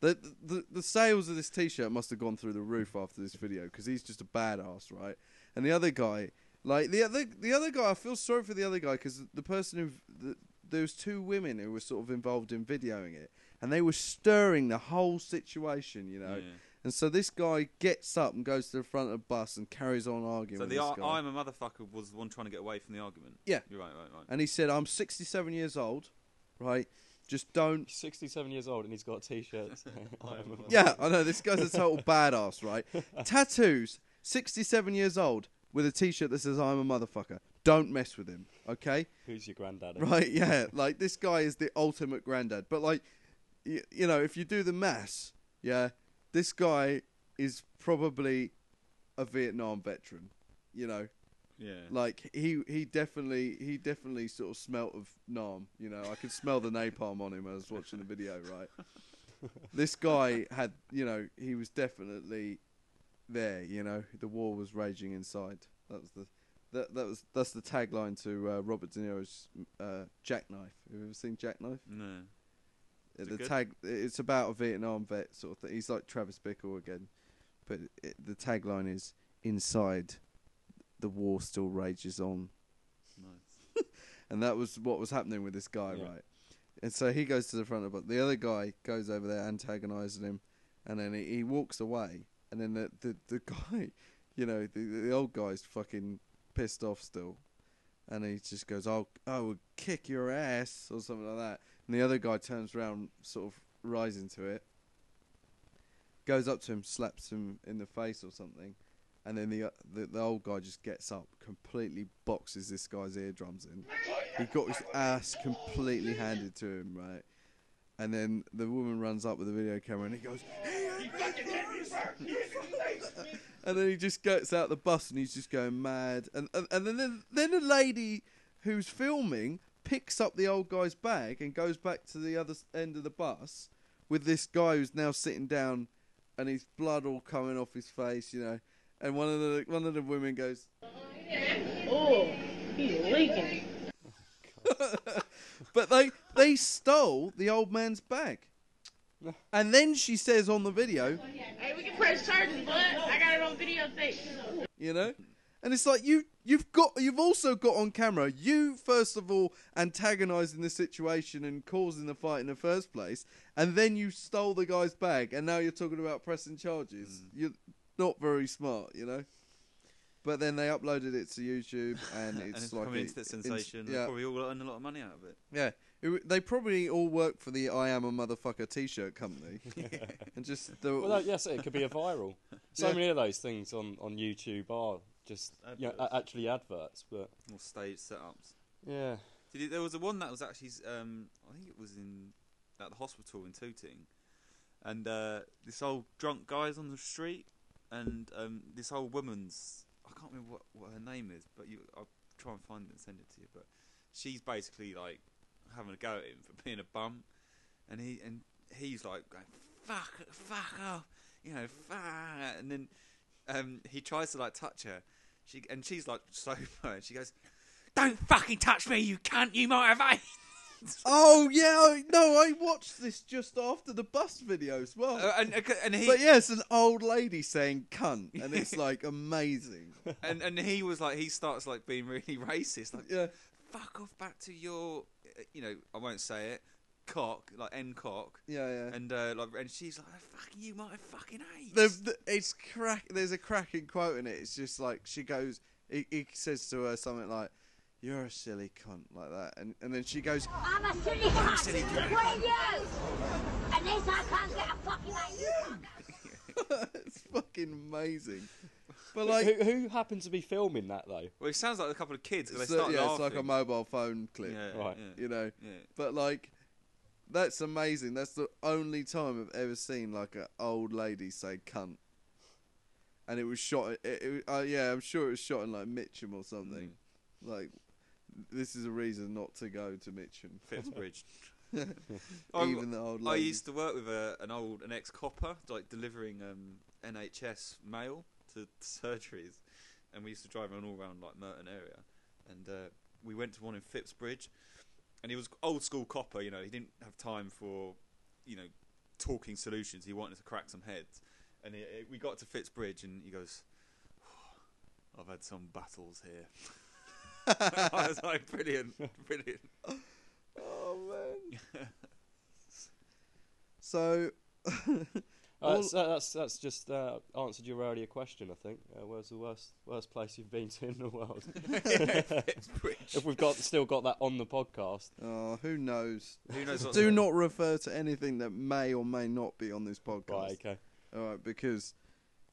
Speaker 1: The, the the sales of this T-shirt must have gone through the roof after this video because he's just a badass, right? And the other guy, like the other the other guy, I feel sorry for the other guy because the person who the, there was two women who were sort of involved in videoing it, and they were stirring the whole situation, you know.
Speaker 2: Yeah.
Speaker 1: And so this guy gets up and goes to the front of the bus and carries on arguing.
Speaker 2: So
Speaker 1: with
Speaker 2: the
Speaker 1: this
Speaker 2: ar-
Speaker 1: guy.
Speaker 2: I'm a motherfucker was the one trying to get away from the argument.
Speaker 1: Yeah.
Speaker 2: You're right, right, right.
Speaker 1: and he said, "I'm 67 years old, right? Just don't."
Speaker 3: he's 67 years old and he's got a T-shirt. I am a-
Speaker 1: Yeah, I know this guy's a total badass, right? Tattoos, 67 years old, with a T-shirt that says "I'm a motherfucker." Don't mess with him, okay?
Speaker 3: Who's your granddaddy?
Speaker 1: Right? Yeah, like this guy is the ultimate granddad. But like, y- you know, if you do the maths, yeah, this guy is probably a Vietnam veteran. You know,
Speaker 2: Yeah.
Speaker 1: like he he definitely he definitely sort of smelt of nam you know i could smell the napalm on him when i was watching the video right this guy had you know he was definitely there you know the war was raging inside that was the that, that was that's the tagline to uh, robert de niro's uh, jackknife have you ever seen jackknife
Speaker 2: no. Is it
Speaker 1: the
Speaker 2: good?
Speaker 1: tag it's about a vietnam vet sort of thing he's like travis bickle again but it, the tagline is inside the war still rages on
Speaker 2: Nice.
Speaker 1: and that was what was happening with this guy,
Speaker 3: Yeah.
Speaker 1: right? And so he goes to the front of the bus. The other guy goes over there, antagonising him, and then he, he walks away. And then the the, the guy, you know, the, the old guy's fucking pissed off still, and he just goes, "I'll I will kick your ass" or something like that. And the other guy turns around, sort of rising to it, goes up to him, slaps him in the face or something, and then the the, the old guy just gets up, completely boxes this guy's eardrums in. He got his ass completely handed to him, right? And then the woman runs up with the video camera and he goes, and then he just gets out the bus and he's just going mad. And and, and then the, then the lady who's filming picks up the old guy's bag and goes back to the other s- end of the bus with this guy who's now sitting down and his blood all coming off his face, you know. And one of the one of the women goes,
Speaker 4: Oh, he's leaking.
Speaker 1: but they they stole the old man's bag.
Speaker 3: No.
Speaker 1: And then she says on the video,
Speaker 4: Hey, we can press charges, but I got it on videotape.
Speaker 1: you know, And it's like you you've got you've also got on camera you first of all antagonizing the situation and causing the fight in the first place and then you stole the guy's bag and now you're talking about pressing
Speaker 2: Mm.
Speaker 1: charges. You're not very smart, you know. But then they uploaded it to YouTube and it's,
Speaker 2: and it's
Speaker 1: like
Speaker 2: becoming
Speaker 1: it-
Speaker 2: an internet
Speaker 1: it's-
Speaker 2: sensation. and
Speaker 1: yeah.
Speaker 2: Probably all earn a lot of money out of it.
Speaker 1: Yeah, It w- they probably all work for the "I am a motherfucker" T-shirt company, and just the,
Speaker 3: Well, that, yes, it could be a viral. So
Speaker 1: Yeah.
Speaker 3: many of those things on, on YouTube are just you know,
Speaker 2: Adverts.
Speaker 3: a- actually adverts, but
Speaker 2: Or stage setups.
Speaker 3: yeah,
Speaker 2: Did you, there was a one that was actually, um, I think it was in at the hospital in Tooting, and uh, this old drunk guy's on the street, and um, this old woman's I can't remember what, what her name is, but you, I'll try and find it and send it to you. But she's basically like having a go at him for being a bum, and he and he's like going fuck fuck off, you know fuck, and then um, he tries to like touch her, she and she's like sober, and she goes, "Don't fucking touch me, you can't, you motivate."
Speaker 1: oh yeah, I, no, I watched this just after the bus video as well.
Speaker 2: Uh, and and he
Speaker 1: but yeah, it's an old lady saying "cunt," and it's like amazing.
Speaker 2: and and he was like he starts like being really racist, like
Speaker 1: Yeah,
Speaker 2: fuck off back to your, uh, you know, I won't say it, cock like end cock,
Speaker 1: yeah, yeah.
Speaker 2: and uh, like and she's like, "Fucking you, my fucking hate."
Speaker 1: the, the, it's crack. There's a cracking quote in it. It's just like she goes. He, he says to her something like, "You're a silly cunt," like that, and and then she goes,
Speaker 5: I'm a silly
Speaker 2: silly
Speaker 5: cunt.
Speaker 2: cunt.
Speaker 5: What are you? At least I can't get a fucking like you.
Speaker 1: "It's fucking amazing." But
Speaker 3: who,
Speaker 1: like,
Speaker 3: who happened to be filming that though?
Speaker 2: well, it sounds like a couple of kids because they
Speaker 1: so-
Speaker 2: start
Speaker 1: yeah, it's
Speaker 2: laughing.
Speaker 1: like a mobile phone clip.
Speaker 2: yeah,
Speaker 3: Right.
Speaker 2: yeah,
Speaker 1: You know.
Speaker 2: yeah.
Speaker 1: But like, that's amazing. That's the only time I've ever seen like an old lady say "cunt," and it was shot. It, it, uh, yeah, I'm sure it was shot in like Mitcham or something.
Speaker 2: Mm.
Speaker 1: Like, this is a reason not to go to Mitcham.
Speaker 2: Fitzbridge.
Speaker 1: Even the old
Speaker 2: I
Speaker 1: lady.
Speaker 2: used to work with a, an old an ex copper, like delivering um, NHS mail to surgeries, and we used to drive around all around like Merton area, and uh, we went to one in Phippsbridge, and he was old school copper. You know, he didn't have time for, you know, talking solutions. He wanted to crack some heads, and he, we got to Fitzbridge, and he goes, "I've had some battles here." I was like, "Brilliant, brilliant."
Speaker 1: Oh man. so.
Speaker 3: Uh,
Speaker 1: All-
Speaker 3: that's, that's that's just uh, answered your earlier question, I think. Uh, where's the worst worst place you've been to in the world?
Speaker 2: Fitzbridge.
Speaker 3: if we've got still got that on the podcast,
Speaker 1: Oh, who knows?
Speaker 2: Who knows? what's
Speaker 1: Do
Speaker 2: on-
Speaker 1: not refer to anything that may or may not be on this podcast.
Speaker 3: right? Okay.
Speaker 1: All right, because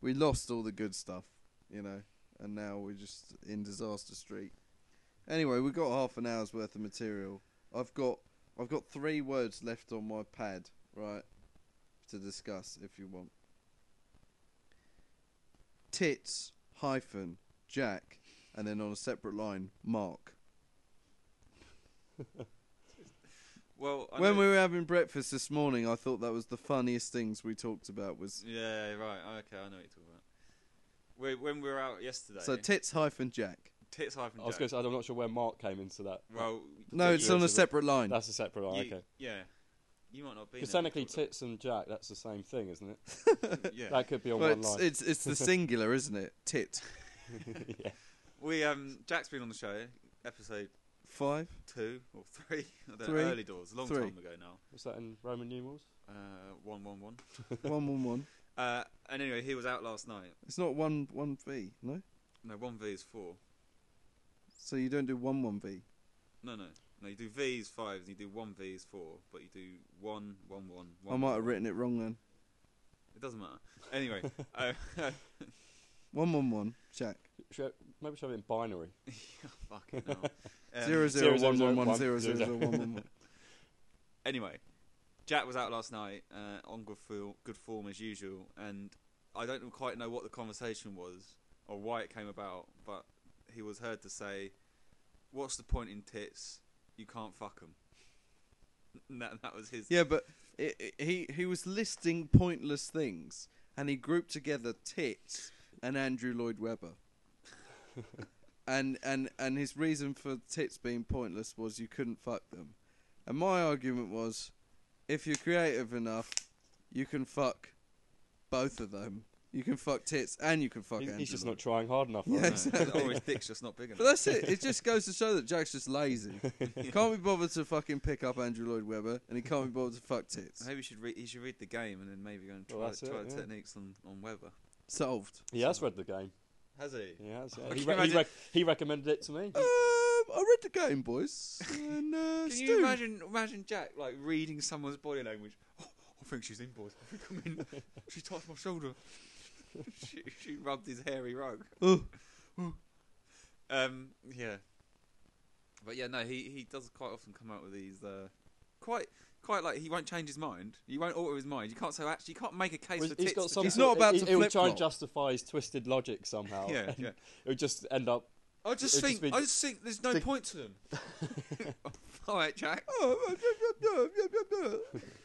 Speaker 1: we lost all the good stuff, you know, and now we're just in disaster street. Anyway, we've got half an hour's worth of material. I've got I've got three words left on my pad, right, to discuss if you want. Tits hyphen Jack, and then on a separate line, Mark.
Speaker 2: Well, I
Speaker 1: when
Speaker 2: know-
Speaker 1: we were having breakfast this morning, I thought that was the funniest things we talked about was
Speaker 2: Yeah, right. Okay, I know what you're talking about. We, when we were out yesterday,
Speaker 1: so tits hyphen Jack.
Speaker 2: tits hyphen.
Speaker 3: I was
Speaker 2: Jack.
Speaker 3: going to say I'm not sure where Mark came into that.
Speaker 2: Well,
Speaker 1: No,
Speaker 3: Yeah,
Speaker 1: it's
Speaker 3: you
Speaker 1: on a
Speaker 3: answered it.
Speaker 1: separate line.
Speaker 3: That's a separate
Speaker 2: you,
Speaker 3: one. okay.
Speaker 2: yeah, you might not be.
Speaker 3: Because
Speaker 2: there.
Speaker 3: technically, tits and jack, that's the same thing, isn't it?
Speaker 2: yeah.
Speaker 3: That could be on
Speaker 1: Well,
Speaker 3: one
Speaker 1: it's,
Speaker 3: line.
Speaker 1: it's it's the singular, isn't it? Tit
Speaker 3: yeah.
Speaker 2: we um, Jack's been on the show, episode
Speaker 1: five.
Speaker 2: two or three, I don't know,
Speaker 1: Three.
Speaker 2: early doors, a long
Speaker 1: Three.
Speaker 2: time ago now.
Speaker 3: Was that in Roman numerals?
Speaker 2: Uh, one, one, one.
Speaker 1: One one one.
Speaker 2: Uh, and anyway, he was out last night.
Speaker 1: It's not one one v. No,
Speaker 2: No, one V is four.
Speaker 1: so you don't do one one v.
Speaker 2: No, no, no. You do V's fives, and you do one V is four, but you do one, one, one, one.
Speaker 1: I might have written it wrong then.
Speaker 2: It doesn't matter. Anyway, uh,
Speaker 1: One one one. Jack.
Speaker 3: Should I- maybe should have it in binary.
Speaker 2: fucking hell. Um,
Speaker 1: Zero
Speaker 3: zero,
Speaker 1: zero one
Speaker 3: zero,
Speaker 1: one one
Speaker 3: one,
Speaker 1: zero
Speaker 3: zero,
Speaker 1: zero
Speaker 3: zero.
Speaker 1: zero one one one.
Speaker 2: anyway, Jack was out last night uh, on good form, good form as usual, and I don't quite know what the conversation was or why it came about, but he was heard to say, "What's the point in tits? You can't fuck 'em." And that that was his.
Speaker 1: Yeah, but it, it, he he was listing pointless things, and he grouped together tits and Andrew Lloyd Webber. and and and his reason for tits being pointless was you couldn't fuck them. And my argument was, if you're creative enough, you can fuck both of them You can fuck tits and you can fuck
Speaker 3: He's, he's just
Speaker 1: Angela.
Speaker 3: not trying hard enough.
Speaker 1: Yeah,
Speaker 3: right?
Speaker 1: exactly.
Speaker 2: Or his dick's just not big enough.
Speaker 1: But that's it. It just goes to show that Jack's just lazy. Can't be bothered to fucking pick up Andrew Lloyd Webber, and he can't be bothered to fuck tits.
Speaker 2: Maybe you should read. You should read the game and then maybe go and try,
Speaker 3: Well, that's
Speaker 2: try
Speaker 3: it,
Speaker 2: the
Speaker 3: yeah.
Speaker 2: techniques on, on Weber.
Speaker 1: Solved.
Speaker 3: He has read the game.
Speaker 2: Has he?
Speaker 3: He has. yeah.
Speaker 2: Can
Speaker 3: He,
Speaker 2: you
Speaker 3: re- he,
Speaker 2: imagine- Oh,
Speaker 3: rec- he recommended it to me.
Speaker 1: Um, I read the game, boys. And, uh,
Speaker 2: Can
Speaker 1: Stu,
Speaker 2: you imagine? Imagine Jack like reading someone's body language. Oh, I think she's in, boys. I think I'm in. she touched my shoulder. she, she rubbed his hairy rug.
Speaker 1: Oh,
Speaker 2: Um, yeah. But yeah, no, he, he does quite often come out with these uh, quite quite like he won't change his mind. You won't alter his mind. You can't say actually you can't make a case
Speaker 3: Well,
Speaker 2: for
Speaker 3: he's
Speaker 2: tits
Speaker 3: got
Speaker 2: for
Speaker 3: some
Speaker 2: Jack.
Speaker 1: He's not about
Speaker 3: he,
Speaker 1: to
Speaker 3: He would try and
Speaker 1: flip-flop.
Speaker 3: justify his twisted logic somehow.
Speaker 2: Yeah,
Speaker 3: and
Speaker 2: yeah.
Speaker 3: It would just end up.
Speaker 2: I just
Speaker 3: It'd
Speaker 2: think
Speaker 3: just be-
Speaker 2: I just think there's no
Speaker 3: think-
Speaker 2: point to them. All right, Jack. Oh,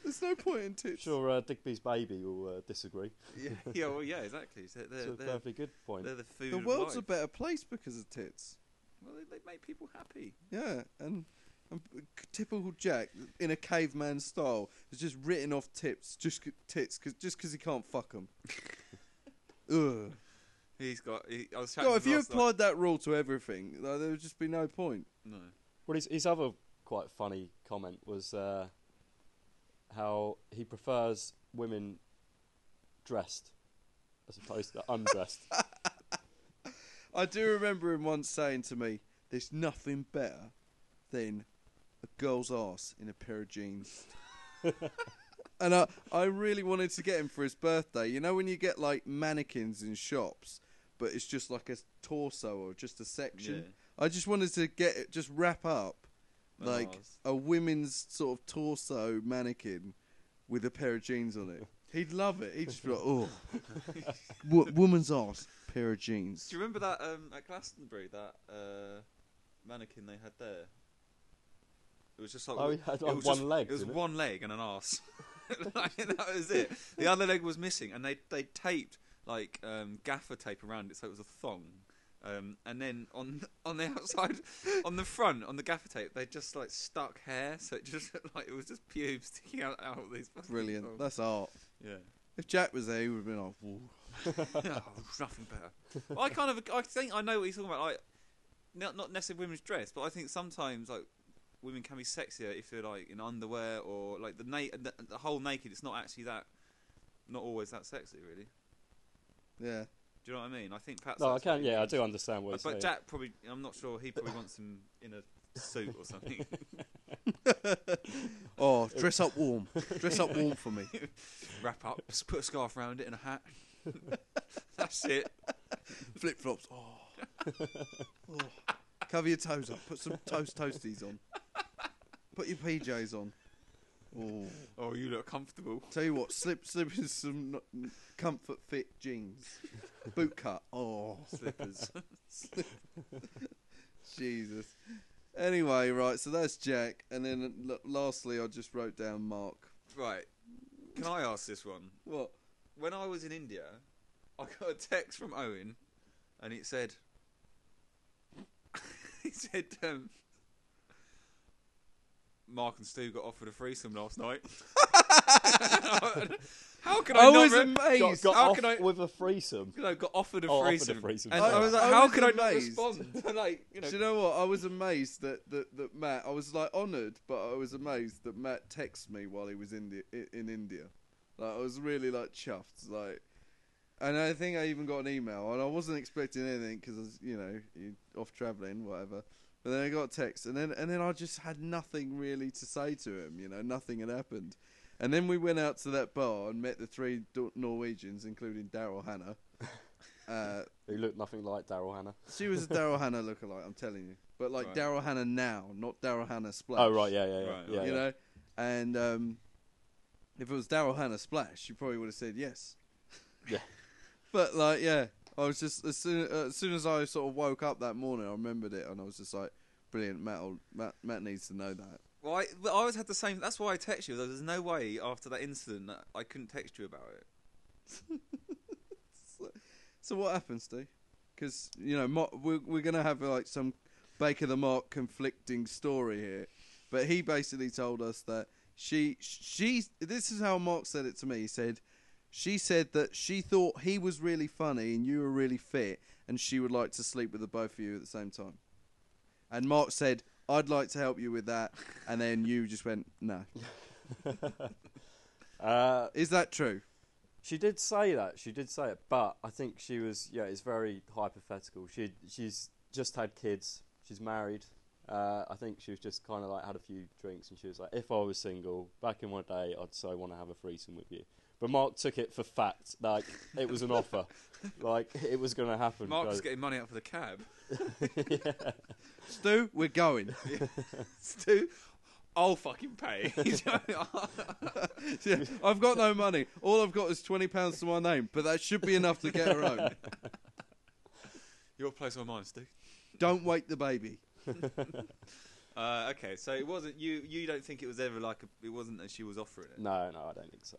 Speaker 1: there's no point in tits.
Speaker 3: Sure, uh, Digby's baby will uh, disagree.
Speaker 2: Yeah, yeah, well, yeah, exactly. So
Speaker 3: It's
Speaker 2: they're,
Speaker 3: a
Speaker 2: they're,
Speaker 3: perfectly good point.
Speaker 2: they're the food.
Speaker 1: The
Speaker 2: of
Speaker 1: world's a
Speaker 2: life.
Speaker 1: better place because of tits.
Speaker 2: Well, they, they make people happy.
Speaker 1: Yeah, and, and typical Jack in a caveman style has just written off tips, just c- tits, cause, just because he can't fuck them. Ugh.
Speaker 2: He's got. He, I was chatting to
Speaker 1: God, if you
Speaker 2: last night-
Speaker 1: applied that rule to everything, like, there would just be no point.
Speaker 2: no,
Speaker 3: Well, his, his other quite funny comment was uh, how he prefers women dressed as opposed to undressed.
Speaker 1: I do remember him once saying to me, "There's nothing better than a girl's ass in a pair of jeans." and I, I really wanted to get him for his birthday. You know when you get like mannequins in shops, but it's just like a torso or just a section.
Speaker 2: Yeah.
Speaker 1: I just wanted to get it, just wrap up
Speaker 2: An
Speaker 1: like
Speaker 2: arse.
Speaker 1: a women's sort of torso mannequin with a pair of jeans on it. He'd love it. He'd just be like, "Oh, wo- woman's ass, pair of jeans."
Speaker 2: Do you remember that um, at Glastonbury that uh, mannequin they had there? It was just like
Speaker 3: Oh, he had,
Speaker 2: it
Speaker 3: like,
Speaker 2: was
Speaker 3: one
Speaker 2: just-
Speaker 3: leg,
Speaker 2: It was
Speaker 3: didn't it?
Speaker 2: one leg and an ass. like, that was it. The other leg was missing, and they they taped like um, gaffer tape around it, so it was a thong. Um, and then on on the outside, on the front, on the gaffer tape, they just like stuck hair, so it just looked like it was just pubes sticking out out of these. fucking
Speaker 1: Brilliant.
Speaker 2: thongs.
Speaker 1: That's art.
Speaker 2: yeah.
Speaker 1: If Jack was there, he would have been like, Whoa.
Speaker 2: no, Oh, there's nothing better. Well, I kind of, I think I know what he's talking about. Like, not not necessarily women's dress, but I think sometimes like women can be sexier if they're like in underwear or like the na- the, the whole naked. It's not actually that, not always that sexy, really.
Speaker 1: Yeah.
Speaker 2: Do you know what I mean? I think perhaps.
Speaker 3: no, I
Speaker 2: that's
Speaker 3: can.
Speaker 2: what he
Speaker 3: Yeah, I
Speaker 2: means.
Speaker 3: do understand what he's
Speaker 2: But
Speaker 3: saying.
Speaker 2: Jack probably, I'm not sure. He probably wants him in a suit or something.
Speaker 1: Oh, dress up warm. dress up warm for me.
Speaker 2: Wrap up, s- put a scarf around it and a hat. That's it.
Speaker 1: Flip flops. Oh. oh. Cover your toes up. Put some toast toasties on. Put your PJs on. Oh.
Speaker 2: Oh, you look comfortable.
Speaker 1: Tell you what, slip slip in some n- comfort fit jeans. Boot cut. Oh,
Speaker 2: Slippers.
Speaker 1: Jesus. Anyway, right, so that's Jack. And then uh, l- lastly, I just wrote down Mark.
Speaker 2: right. Can I ask this one?
Speaker 1: What?
Speaker 2: when I was in India, I got a text from Owen, and it said, "He said, um, Mark and Stu got offered a threesome last night." how can I,
Speaker 1: I
Speaker 2: not
Speaker 1: was
Speaker 2: re-
Speaker 1: amazed.
Speaker 3: got got
Speaker 2: How
Speaker 3: off
Speaker 2: can I-
Speaker 3: with a threesome.
Speaker 2: You know, got offered a
Speaker 3: Oh, offered a
Speaker 2: threesome,
Speaker 3: threesome,
Speaker 2: and
Speaker 3: sorry.
Speaker 2: I was like,
Speaker 1: I
Speaker 2: "How
Speaker 1: was
Speaker 2: can I not
Speaker 1: amazed.
Speaker 2: respond?" like, you know,
Speaker 1: Do you know what? I was amazed that, that, that Matt. I was like honoured, but I was amazed that Matt texted me while he was in the, i- in India. Like I was really like chuffed. Like, and I think I even got an email, and I wasn't expecting anything because you know you're off travelling, whatever. But then I got a text, and then and then I just had nothing really to say to him. You know, nothing had happened. And then we went out to that bar and met the three Dor- Norwegians, including Daryl Hannah. Uh,
Speaker 3: Who looked nothing like Daryl Hannah.
Speaker 1: she was a Daryl Hannah lookalike, I'm telling you. But like
Speaker 2: Right.
Speaker 1: Daryl Hannah now, not Daryl Hannah Splash.
Speaker 3: Oh right, yeah, yeah, yeah.
Speaker 2: Right,
Speaker 3: yeah,
Speaker 1: You
Speaker 3: yeah.
Speaker 1: know, and um, if it was Daryl Hannah Splash, you probably would have said yes.
Speaker 3: Yeah.
Speaker 1: but like, yeah, I was just as soon, uh, as soon as I sort of woke up that morning, I remembered it, and I was just like, brilliant, Matt. will- Matt, Matt needs to know that.
Speaker 2: well, I, but I always had the same. That's why I text you. though. There's no way after that incident that I couldn't text you about it.
Speaker 1: So what happens, Steve? Because you know, Mo- we're we're gonna have like some Baker the Mark conflicting story here, but he basically told us that she she this is how Mark said it to me. He said She said that she thought he was really funny and you were really fit, and she would like to sleep with the both of you at the same time. And Mark said, "I'd like to help you with that," and then you just went, "No."
Speaker 3: Uh,
Speaker 1: Is that true?
Speaker 3: She did say that. She did say it, but I think she was. Yeah, it's very hypothetical. She she's just had kids. She's married. Uh, I think she was just kind of like had a few drinks, and she was like, "If I was single back in my day, I'd so want to have a threesome with you." But Mark took it for fact, like it was an offer, like it was going to happen.
Speaker 2: Mark's
Speaker 3: so-
Speaker 2: getting money out for the cab.
Speaker 3: Yeah.
Speaker 1: Stu, we're going.
Speaker 2: Stu, I'll fucking pay.
Speaker 1: Yeah, I've got no money. All I've got is twenty pounds to my name, but that should be enough to get her home.
Speaker 2: Your place or mine, Stu?
Speaker 1: Don't wake the baby.
Speaker 2: Uh, okay, so it wasn't you. You don't think it was ever like a, it wasn't that she was offering it.
Speaker 3: No, no, I don't think so.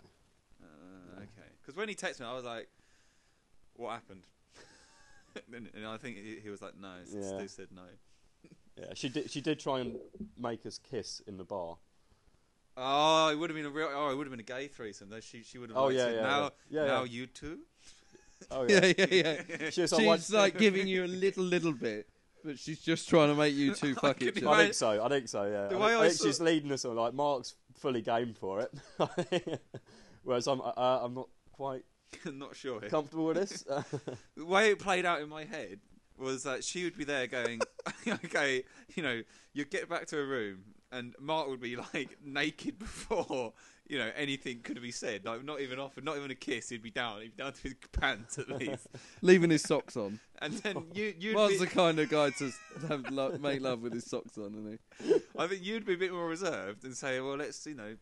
Speaker 2: Uh, okay, because when he texted me, I was like, "What happened?" and, and I think he, he was like, "No." So
Speaker 3: Yeah.
Speaker 2: Stu said no.
Speaker 3: Yeah, she did. She did try and make us kiss in the bar.
Speaker 2: Oh, it would have been a real. Oh, it would have been a gay threesome. Though she she would have.
Speaker 3: Oh,
Speaker 2: liked
Speaker 3: yeah,
Speaker 2: it.
Speaker 3: yeah,
Speaker 2: Now
Speaker 3: yeah. Yeah,
Speaker 2: now
Speaker 3: yeah.
Speaker 2: you two.
Speaker 3: Oh yeah,
Speaker 1: Yeah, yeah, yeah.
Speaker 3: she was like,
Speaker 1: She's
Speaker 3: "Why-
Speaker 1: like giving you a little, little bit, but she's just trying to make you two fuck
Speaker 2: couldn't
Speaker 1: each
Speaker 3: I
Speaker 1: other.
Speaker 2: Right.
Speaker 3: think so. I think so. Yeah.
Speaker 2: The
Speaker 3: I
Speaker 2: way
Speaker 3: think-
Speaker 2: I
Speaker 3: I think she's
Speaker 2: saw-
Speaker 3: leading us on. Like Mark's fully game for it, whereas I'm. Uh, I'm not quite
Speaker 2: Not sure. Here.
Speaker 3: comfortable with this.
Speaker 2: the way it played out in my head was that she would be there going, okay, you know, you get back to her room, and Mark would be like naked before you know anything could be said, like not even offered, not even a kiss. He'd be down, he'd be down to his pants at least,
Speaker 1: Leaving his socks on.
Speaker 2: and then you, you'd
Speaker 1: Mark's
Speaker 2: be,
Speaker 1: the kind of guy to have lo- make love with his socks on, isn't
Speaker 2: I think you'd be a bit more reserved and say, well, let's you know.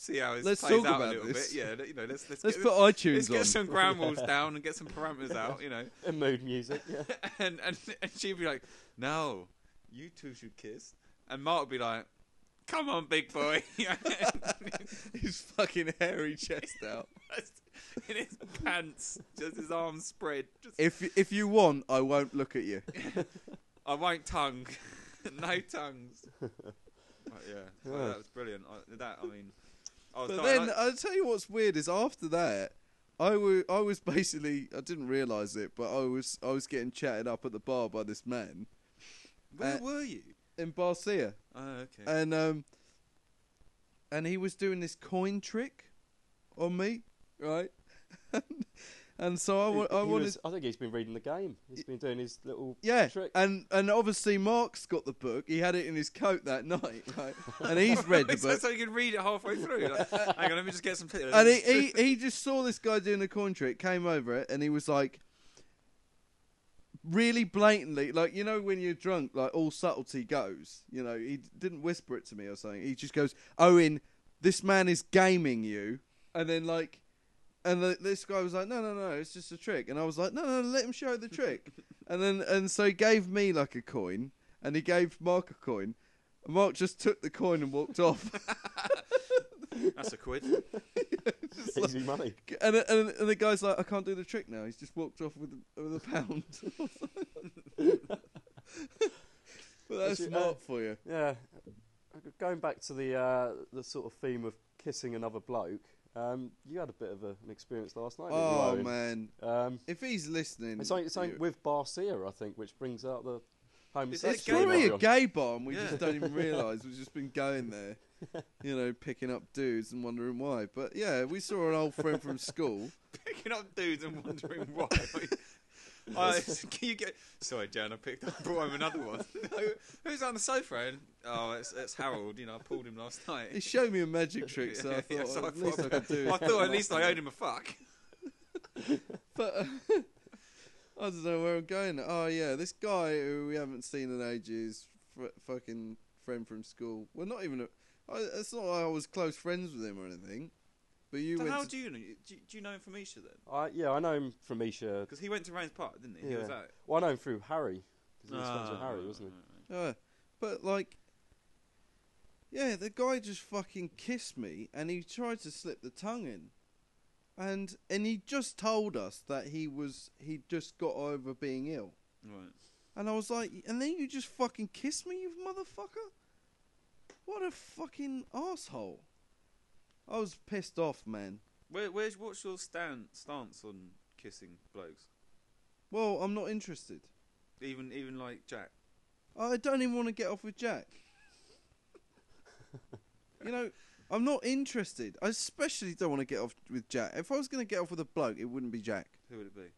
Speaker 2: See how it
Speaker 1: Let's
Speaker 2: plays
Speaker 1: talk
Speaker 2: out
Speaker 1: about
Speaker 2: a little
Speaker 1: this.
Speaker 2: bit. Yeah, let- you know, let's let's,
Speaker 1: Let's
Speaker 2: get,
Speaker 1: put iTunes
Speaker 2: let's
Speaker 1: on.
Speaker 2: get some ground rules down and get some parameters out. You know,
Speaker 3: and mood music. Yeah.
Speaker 2: and, and and she'd be like, "No, you two should kiss," and Mark would be like, "Come on, big boy,"
Speaker 1: he? His fucking hairy chest out.
Speaker 2: Just in his pants, just his arms spread. Just,
Speaker 1: If if you want, I won't look at you.
Speaker 2: I won't tongue, no tongues. Right, yeah, Well, that was brilliant. I, that I mean, I was
Speaker 1: But
Speaker 2: dying,
Speaker 1: then uh,
Speaker 2: like-
Speaker 1: I'll tell you what's weird is after that, I wa- I was basically I didn't realise it, but I was I was getting chatted up at the bar by this man
Speaker 2: where
Speaker 1: uh,
Speaker 2: were you?
Speaker 1: in Barcia,
Speaker 2: Oh, okay.
Speaker 1: and um, and he was doing this coin trick on me, right? and so I, wa-
Speaker 3: He-
Speaker 1: I
Speaker 3: he
Speaker 1: wanted.
Speaker 3: was- I think he's been reading the game. He's been doing his little
Speaker 1: Yeah,
Speaker 3: trick.
Speaker 1: and and obviously Mark's got the book. He had it in his coat that night, right? And he's read the
Speaker 2: so,
Speaker 1: book.
Speaker 2: so you can read it halfway through. Like, hang on, let me just get some. pictures.
Speaker 1: And he, he he just saw this guy doing the coin trick, came over it, and he was like, really blatantly, like you know when you're drunk, like all subtlety goes. You know, he didn't whisper it to me or something. He just goes, Owen, this man is gaming you, and then like. And the, this guy was like, "No, no, no, it's just a trick." And I was like, "No, no, let him show the trick." and then, and so he gave me like a coin, and he gave Mark a coin. And Mark just took the coin and walked off.
Speaker 2: That's a quid.
Speaker 3: Easy money.
Speaker 1: and, and and the guy's like, I can't do the trick now. He's just walked off with a, with a pound. but that's
Speaker 3: Actually, uh,
Speaker 1: smart for you.
Speaker 3: Yeah. Going back to the uh, the sort of theme of kissing another bloke. Um, you had a bit of a, an experience last night. didn't you,
Speaker 1: Oh
Speaker 3: Owen?
Speaker 1: man,
Speaker 3: Um,
Speaker 1: if he's listening,
Speaker 3: it's something, it's something
Speaker 1: you-
Speaker 3: with Barcia, I think, which brings out the homosexual.
Speaker 1: it's probably
Speaker 3: in
Speaker 1: a
Speaker 3: everyone.
Speaker 1: gay bar, and we
Speaker 2: Yeah.
Speaker 1: just don't even realise we've just been going there. You know, picking up dudes and wondering why. But yeah, we saw an old friend from school.
Speaker 2: picking up dudes and wondering why. I, can you get? Sorry, Jan. I picked up, brought home another one. Who's on the sofa? And oh, it's, it's Harold. You know, I pulled him last
Speaker 1: He
Speaker 2: night.
Speaker 1: showed me a magic trick, so I thought
Speaker 2: Yeah, so
Speaker 1: at least I could do it.
Speaker 2: I thought at least I owed him a fuck.
Speaker 1: But uh, I don't know where I'm going. Oh yeah, this guy who we haven't seen in ages, fr- fucking friend from school. Well, not even. A, I, it's not like I was close friends with him or anything. But you
Speaker 2: So
Speaker 1: went.
Speaker 2: how
Speaker 1: to-
Speaker 2: do you know? Do, you- do you know him from Isha then?
Speaker 3: I, yeah, I know him from Isha.
Speaker 2: Because he went to Rains Park, didn't he? He
Speaker 3: Yeah.
Speaker 2: was out.
Speaker 3: Well, I know him through Harry. 'cause he was friends with
Speaker 2: Ah,
Speaker 3: Harry,
Speaker 2: right,
Speaker 3: wasn't
Speaker 2: right, right.
Speaker 1: Uh, but like, yeah, the guy just fucking kissed me, and he tried to slip the tongue in, and and he just told us that he was he just got over being ill.
Speaker 2: Right.
Speaker 1: And I was like, and then you just fucking kiss me, you motherfucker? What a fucking asshole. I was pissed off, man.
Speaker 2: Where, where's what's your stan- stance on kissing blokes?
Speaker 1: Well, I'm not interested.
Speaker 2: Even even like Jack.
Speaker 1: I don't even want to get off with Jack. you know, I'm not interested. I especially don't want to get off with Jack. If I was going to get off with a bloke, it wouldn't be Jack.
Speaker 2: Who would it be?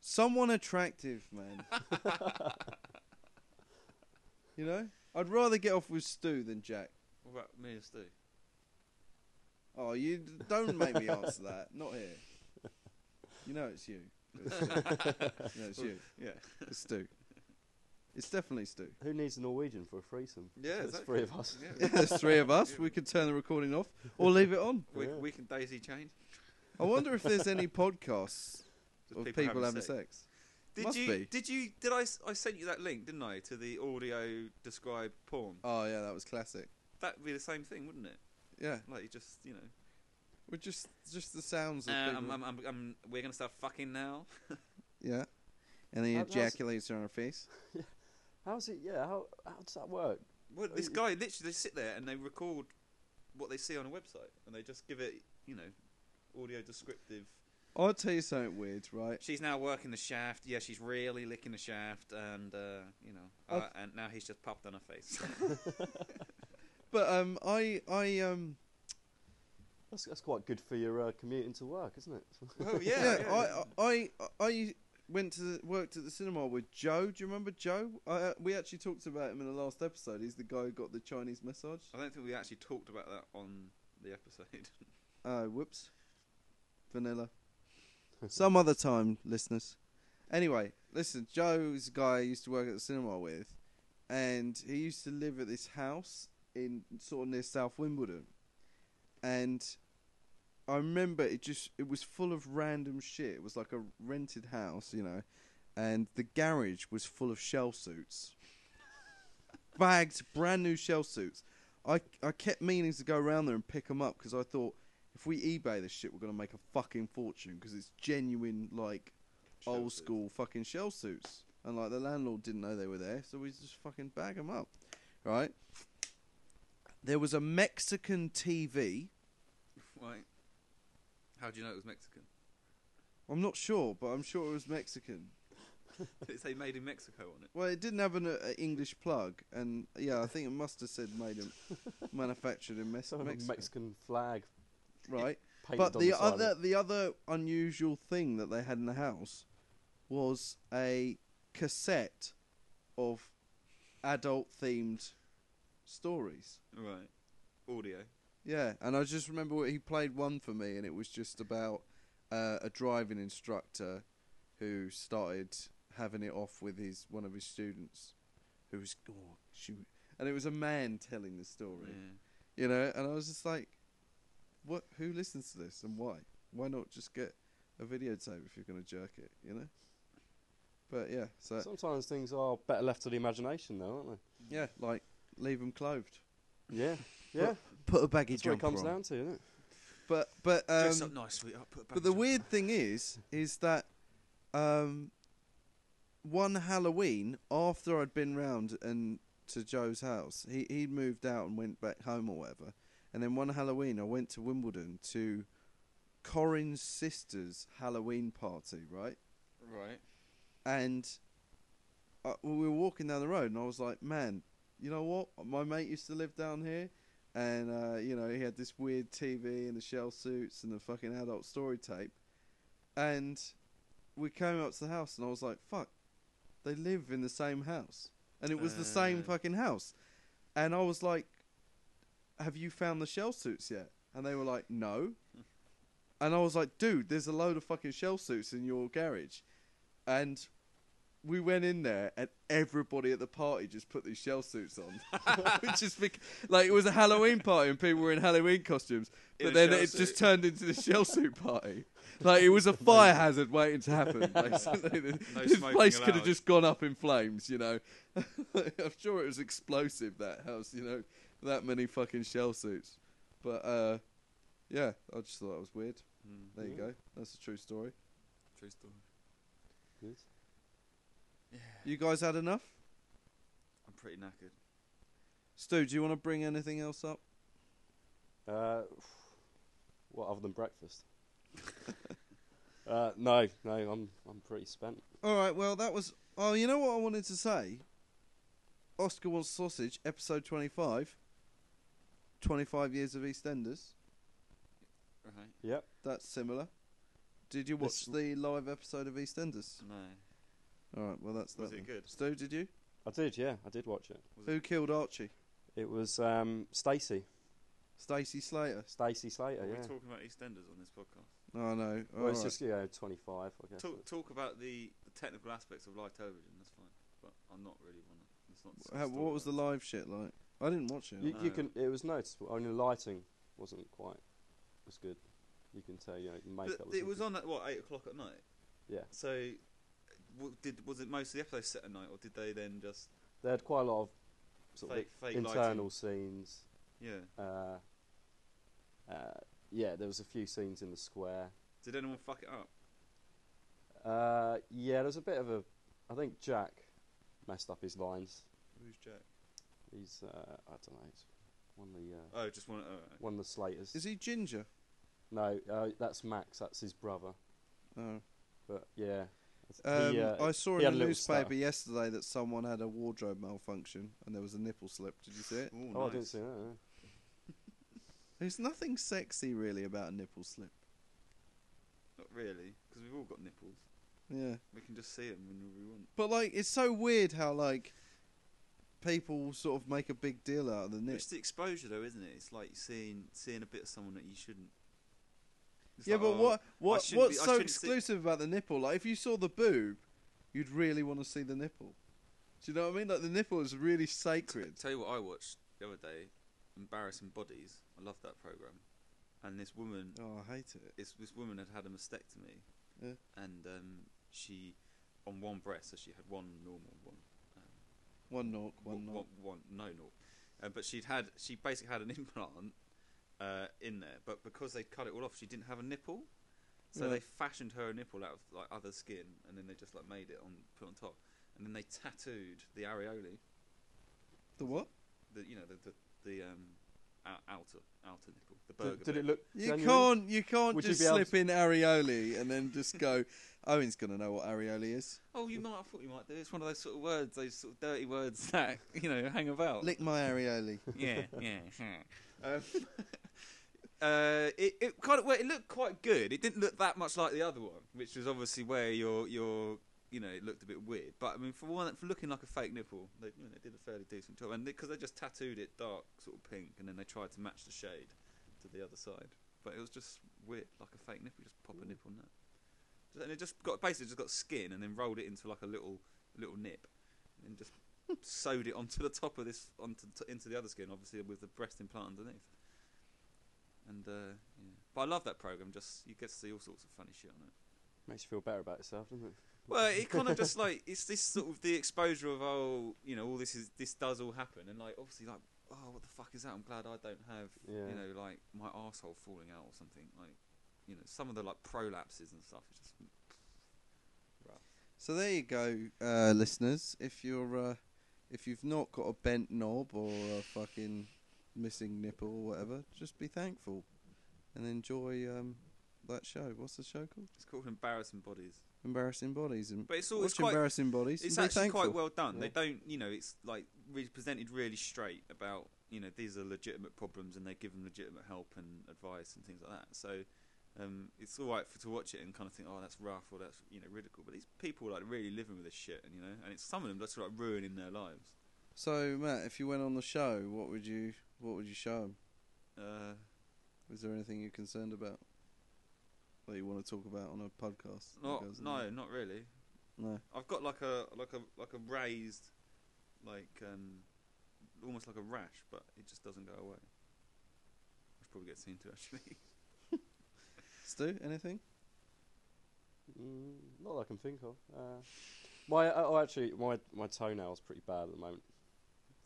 Speaker 1: Someone attractive, man. you know? I'd rather get off with Stu than Jack.
Speaker 2: What about me and Stu?
Speaker 1: Oh, you d- don't make me answer that. Not here. You know it's you. It's you. You know it's you.
Speaker 2: Yeah.
Speaker 1: It's Stu. It's definitely Stu.
Speaker 3: Who needs a Norwegian for a threesome?
Speaker 2: Yeah,
Speaker 3: There's
Speaker 2: exactly.
Speaker 3: three of us.
Speaker 2: Yeah.
Speaker 1: Yeah, there's three of us. We could turn the recording off or leave it on.
Speaker 2: We,
Speaker 3: Yeah.
Speaker 2: we can daisy chain.
Speaker 1: I wonder if there's any podcasts
Speaker 2: Just
Speaker 1: of people, having sex.
Speaker 2: Did
Speaker 1: Must
Speaker 2: you?
Speaker 1: be.
Speaker 2: Did you? Did I? s- I sent you that link, didn't I, to the audio described porn?
Speaker 1: Oh yeah, that was classic.
Speaker 2: That would be the same thing, wouldn't it?
Speaker 1: Yeah,
Speaker 2: Like you just, you know,
Speaker 1: we're just just the sounds of
Speaker 2: uh,
Speaker 1: people.
Speaker 2: I'm, I'm, I'm, I'm, we're gonna start fucking now.
Speaker 1: yeah, and then he
Speaker 3: That- that's-
Speaker 1: ejaculates on her face.
Speaker 3: How's it? Yeah, how how does that work?
Speaker 2: Well, this
Speaker 3: Oh,
Speaker 2: guy literally they sit there and they record what they see on a website, and they just give it, you know, audio descriptive.
Speaker 1: I'll tell you something weird, right?
Speaker 2: She's now working the shaft. Yeah, she's really licking the shaft, and uh, you know, uh,
Speaker 1: I've-
Speaker 2: and now he's just popped on her face.
Speaker 1: But um, I I um
Speaker 3: That's that's quite good for your uh, commuting to work, isn't it?
Speaker 2: well, yeah,
Speaker 1: Oh, yeah,
Speaker 2: yeah.
Speaker 1: I, I I I went to the, worked at the cinema with Joe. Do you remember Joe? I, uh, we actually talked about him in the last episode. He's the guy who got the Chinese massage.
Speaker 2: I don't think we actually talked about that on the episode.
Speaker 1: Oh, whoops. Vanilla. Some other time, listeners. Anyway, listen, Joe's a guy I used to work at the cinema with, and he used to live at this house in sort of near South Wimbledon. And I remember it just it was full of random shit. It was like a rented house, you know, and the garage was full of shell suits. Bags, brand new shell suits. I I kept meaning to go around there and pick them up because I thought if we eBay this shit, we're gonna make a fucking fortune because it's genuine like
Speaker 2: Shell
Speaker 1: old
Speaker 2: suits.
Speaker 1: school fucking shell suits. And like the landlord didn't know they were there, so we just fucking bag them up, right? There was a Mexican TV.
Speaker 2: Right. How do you know it was Mexican?
Speaker 1: I'm not sure, but I'm sure it was Mexican.
Speaker 2: Did it say made in Mexico on it?
Speaker 1: Well, it didn't have an uh, English plug, and yeah, I think it must have said made in, manufactured in Mes-
Speaker 3: Some
Speaker 1: Mexico,
Speaker 3: Mexican flag
Speaker 1: right?
Speaker 3: painted
Speaker 1: But
Speaker 3: on
Speaker 1: the,
Speaker 3: side of
Speaker 1: other
Speaker 3: it.
Speaker 1: the other unusual thing that they had in the house was a cassette of adult themed stories.
Speaker 2: Right. Audio.
Speaker 1: Yeah, and I just remember what- he played one for me, and it was just about uh, a driving instructor who started having it off with his one of his students, who was oh shoot, and it was a man telling the story,
Speaker 2: Yeah.
Speaker 1: you know, and I was just like, what? Who listens to this, and why? Why not just get a videotape if you're gonna jerk it, you know? But yeah, so
Speaker 3: Sometimes things are better left to the imagination, though, aren't
Speaker 1: yeah, like leave them clothed,
Speaker 3: they? Yeah, yeah.
Speaker 1: put a baggy
Speaker 3: That's what it
Speaker 1: jumper
Speaker 3: comes
Speaker 1: on.
Speaker 3: down to, isn't it?
Speaker 1: But but um,
Speaker 2: Dress up nice, sweetheart. Put a
Speaker 1: But
Speaker 2: bandage
Speaker 1: the
Speaker 2: on.
Speaker 1: weird thing is, is that um, one Halloween after I'd been round and to Joe's house, he he moved out and went back home or whatever. And then one Halloween, I went to Wimbledon to Corin's sister's Halloween party, right?
Speaker 2: Right.
Speaker 1: And I, we were walking down the road, and I was like, man, you know what? My mate used to live down here, and uh, you know he had this weird TV and the shell suits and the fucking adult story tape, and we came up to the house, and I was like, fuck, they live in the same house, and it was the same
Speaker 2: Uh.
Speaker 1: fucking house, and I was like, have you found the shell suits yet? And they were like, no. And I was like, dude, there's a load of fucking shell suits in your garage. And we went in there, and everybody at the party just put these shell suits on, which is bec- like it was a Halloween party, and people were in Halloween costumes.
Speaker 2: In
Speaker 1: But
Speaker 2: a
Speaker 1: then
Speaker 2: shell
Speaker 1: it
Speaker 2: suit.
Speaker 1: just turned into the shell suit party. Like it was a fire hazard waiting to happen. Basically,
Speaker 2: No
Speaker 1: this
Speaker 2: smoking
Speaker 1: place could
Speaker 2: allowed.
Speaker 1: have just gone up in flames. You know, I'm sure it was explosive that house. You know, that many fucking shell suits. But uh, yeah, I just thought that was weird.
Speaker 2: Mm,
Speaker 1: There you
Speaker 3: Yeah.
Speaker 1: go. That's a true story.
Speaker 2: true story.
Speaker 3: Good.
Speaker 1: You guys had enough?
Speaker 2: I'm pretty knackered.
Speaker 1: Stu, do you want to bring anything else up?
Speaker 3: Uh, What other than breakfast? uh, no, no, I'm I'm pretty spent.
Speaker 1: All right. Well, that was. Oh, you know what I wanted to say. Oscar wants sausage. Episode twenty-five. Twenty-five years of EastEnders.
Speaker 2: Right.
Speaker 3: Yep.
Speaker 1: That's similar. Did you watch
Speaker 3: This-
Speaker 1: the live episode of EastEnders?
Speaker 2: No.
Speaker 1: All right. Well, that's that.
Speaker 2: Was it
Speaker 1: then.
Speaker 2: good?
Speaker 1: Stu, did you?
Speaker 3: I did, yeah, I did watch it.
Speaker 2: Was it-
Speaker 1: Who killed Archie?
Speaker 3: It was um, Stacy,
Speaker 1: Stacey Slater.
Speaker 3: Stacy Slater.
Speaker 2: Are we
Speaker 3: yeah.
Speaker 2: talking about EastEnders on this podcast?
Speaker 1: Oh no.
Speaker 3: well, it's just you know 25. I guess.
Speaker 2: Talk, talk about the, the technical aspects of live television. That's fine, but I'm not really one. Of, it's not.
Speaker 1: How, what was the live shit like? I didn't watch it.
Speaker 3: You, you
Speaker 2: No.
Speaker 3: can. It was noticeable. Only the lighting wasn't quite as good. You can tell. You know, makeup.
Speaker 2: But it was on at what eight o'clock at night.
Speaker 3: Yeah.
Speaker 2: So, w- did was it most of the episodes set at night, or did they then just
Speaker 3: They had quite a lot of sort
Speaker 2: fake
Speaker 3: of
Speaker 2: fake
Speaker 3: internal scenes.
Speaker 2: Lighting? Yeah.
Speaker 3: Uh, uh, yeah, there was a few scenes in the square.
Speaker 2: Did anyone fuck it up?
Speaker 3: Uh, yeah, there was a bit of a. I think Jack messed up his lines.
Speaker 2: Who's Jack?
Speaker 3: He's uh, I don't know. He's one of the uh,
Speaker 2: Oh, just one. Oh, okay.
Speaker 3: one of the Slaters.
Speaker 1: Is he ginger?
Speaker 3: No, uh, that's Max. That's his brother.
Speaker 1: Oh.
Speaker 3: But yeah,
Speaker 1: Um,
Speaker 3: He, uh,
Speaker 1: I saw in
Speaker 3: he had a
Speaker 1: the
Speaker 3: little
Speaker 1: newspaper
Speaker 3: stutter.
Speaker 1: yesterday that someone had a wardrobe malfunction and there was a nipple slip. Did you see it?
Speaker 2: Ooh,
Speaker 3: oh, I didn't
Speaker 2: nice.
Speaker 3: see that. no.
Speaker 1: There's nothing sexy really about a nipple slip.
Speaker 2: Not really, because we've all got nipples.
Speaker 1: Yeah.
Speaker 2: We can just see them when we want.
Speaker 1: But like, it's so weird how like people sort of make a big deal out of the nip.
Speaker 2: It's the exposure, though, isn't it? It's like seeing seeing a bit of someone that you shouldn't. It's
Speaker 1: yeah,
Speaker 2: like,
Speaker 1: but
Speaker 2: oh,
Speaker 1: what
Speaker 2: I
Speaker 1: what
Speaker 2: shouldn't
Speaker 1: what's
Speaker 2: be- I
Speaker 1: so
Speaker 2: shouldn't see-
Speaker 1: exclusive about the nipple? Like, if you saw the boob, you'd really want to see the nipple. Do you know what I mean? Like, the nipple is really sacred.
Speaker 2: Tell you what I watched the other day, Embarrassing Bodies. I love that program. And this woman,
Speaker 1: Oh, I hate it.
Speaker 2: this, this woman had had a mastectomy,
Speaker 1: Yeah.
Speaker 2: and um, she on one breast, so she had one normal one,
Speaker 1: One knock, one knock.
Speaker 2: one, one no normal. Uh, but she'd had she basically had an implant uh, in there, but because they cut it all off, she didn't have a nipple. So
Speaker 1: Yeah.
Speaker 2: they fashioned her nipple out of like other skin, and then they just like made it on put on top, and then they tattooed the areoli,
Speaker 1: The what?
Speaker 2: the you know the the, the um ou- outer outer nipple, the burger.
Speaker 3: Did, did
Speaker 2: bit.
Speaker 3: it look?
Speaker 1: You
Speaker 3: genuine?
Speaker 1: can't you can't
Speaker 3: Would you
Speaker 1: just
Speaker 3: be able
Speaker 1: slip in areoli and then just go. Owen's gonna know what areoli is.
Speaker 2: Oh, you might. I thought you might do. It's one of those sort of words, those sort of dirty words that you know hang about.
Speaker 1: Lick my areoli.
Speaker 2: yeah, yeah. um, uh, it it kind of well, it looked quite good. It didn't look that much like the other one, which was obviously where your your you know it looked a bit weird. But I mean, for one, for looking like a fake nipple, they you know, they did a fairly decent job, and because they, just tattooed it dark, sort of pink, and then they tried to match the shade to the other side. But it was just weird, like a fake nipple, just pop a nipple nut. And it just got basically just got skin, and then rolled it into like a little little nip, and just sewed it onto the top of this onto t- into the other skin, obviously with the breast implant underneath. And uh, yeah. but I love that program. Just you get to see all sorts of funny shit on it.
Speaker 3: Makes you feel better about yourself, doesn't it?
Speaker 2: Well, it kind of just like it's this sort of the exposure of oh, you know, all this is this does all happen, and like obviously like oh, what the fuck is that? I'm glad I don't have
Speaker 3: Yeah.
Speaker 2: you know like my asshole falling out or something like you know some of the like prolapses and stuff. It's just
Speaker 1: So there you go, uh, listeners. If you're uh, if you've not got a bent knob or a fucking missing nipple or whatever, just be thankful and enjoy um, that show. What's the show called?
Speaker 2: it's called embarrassing bodies,
Speaker 1: Embarrassing bodies. And
Speaker 2: but it's all
Speaker 1: watch
Speaker 2: it's quite
Speaker 1: embarrassing bodies.
Speaker 2: It's
Speaker 1: and be
Speaker 2: actually
Speaker 1: thankful.
Speaker 2: quite well done. They
Speaker 3: Yeah.
Speaker 2: don't, you know, it's like really presented really straight about, you know, these are legitimate problems and they give them legitimate help and advice and things like that. So um, it's all right for to watch it and kind of think, oh, that's rough or that's you know ridicule. But these people like really living with this shit, and you know, and it's some of them that's like ruining their lives.
Speaker 1: So Matt, if you went on the show, what would you what would you show 'em?
Speaker 2: Uh,
Speaker 1: Is there anything you're concerned about that you want to talk about on a podcast? that
Speaker 2: not,
Speaker 1: goes on
Speaker 2: no,
Speaker 1: there?
Speaker 2: not really.
Speaker 1: no.
Speaker 2: I've got like a like a like a raised, like um, almost like a rash, but it just doesn't go away. I should probably get seen to actually.
Speaker 1: Stu, anything?
Speaker 3: Mm, not that I can think of. Uh, my oh, actually, my my toenail's pretty bad at the moment.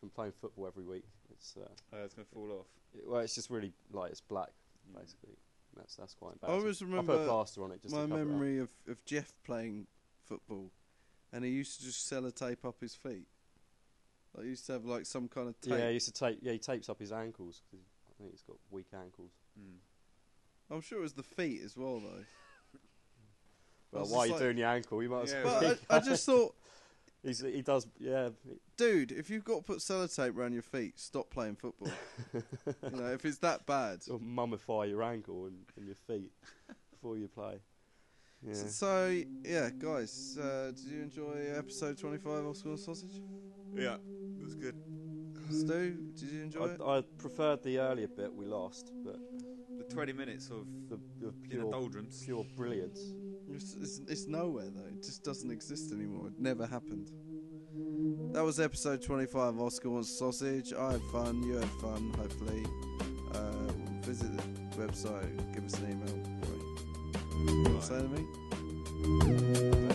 Speaker 3: From playing football every week, it's uh,
Speaker 2: Oh, it's gonna fall off.
Speaker 3: it, well, it's just really like it's black
Speaker 2: Yeah.
Speaker 3: basically. That's that's quite
Speaker 1: Mm. I
Speaker 3: bad.
Speaker 1: always
Speaker 3: I put
Speaker 1: remember
Speaker 3: a plaster on it. Just to
Speaker 1: my
Speaker 3: cover it up.
Speaker 1: memory of, of Jeff playing football, and he used to just sellotape up his feet. Like he used to have like some kind of tape.
Speaker 3: Yeah, he used to tape. Yeah, he tapes up his ankles 'cause I think he's got weak ankles.
Speaker 2: Mm.
Speaker 1: I'm sure it was the feet as well, though. I
Speaker 3: Well,
Speaker 1: was
Speaker 3: why are
Speaker 1: just
Speaker 3: you
Speaker 1: like-
Speaker 3: doing your ankle? You might as
Speaker 2: Yeah,
Speaker 3: well.
Speaker 1: But I, I just thought,
Speaker 3: He's, he does, yeah.
Speaker 1: dude, if you've got to put sellotape around your feet, stop playing football. you know, if it's that bad.
Speaker 3: Sort of mummify your ankle and, and your feet before you play. Yeah.
Speaker 1: So, so, yeah, guys, uh, did you enjoy episode 25 of School and Sausage?
Speaker 2: Yeah, it was good.
Speaker 1: Stu, did you enjoy it?
Speaker 3: I, I preferred the earlier bit we lost, but
Speaker 2: The 20 minutes of
Speaker 3: the, the
Speaker 2: in the
Speaker 3: pure,
Speaker 2: doldrums.
Speaker 3: pure brilliance.
Speaker 1: It's, it's, it's nowhere though. It just doesn't exist anymore. It never happened. That was episode 25 of Oscar Wants Sausage. I had fun. You had fun, hopefully. Uh, visit the website. Give us an email. Right.
Speaker 2: Right.
Speaker 1: Say anything?
Speaker 3: Don't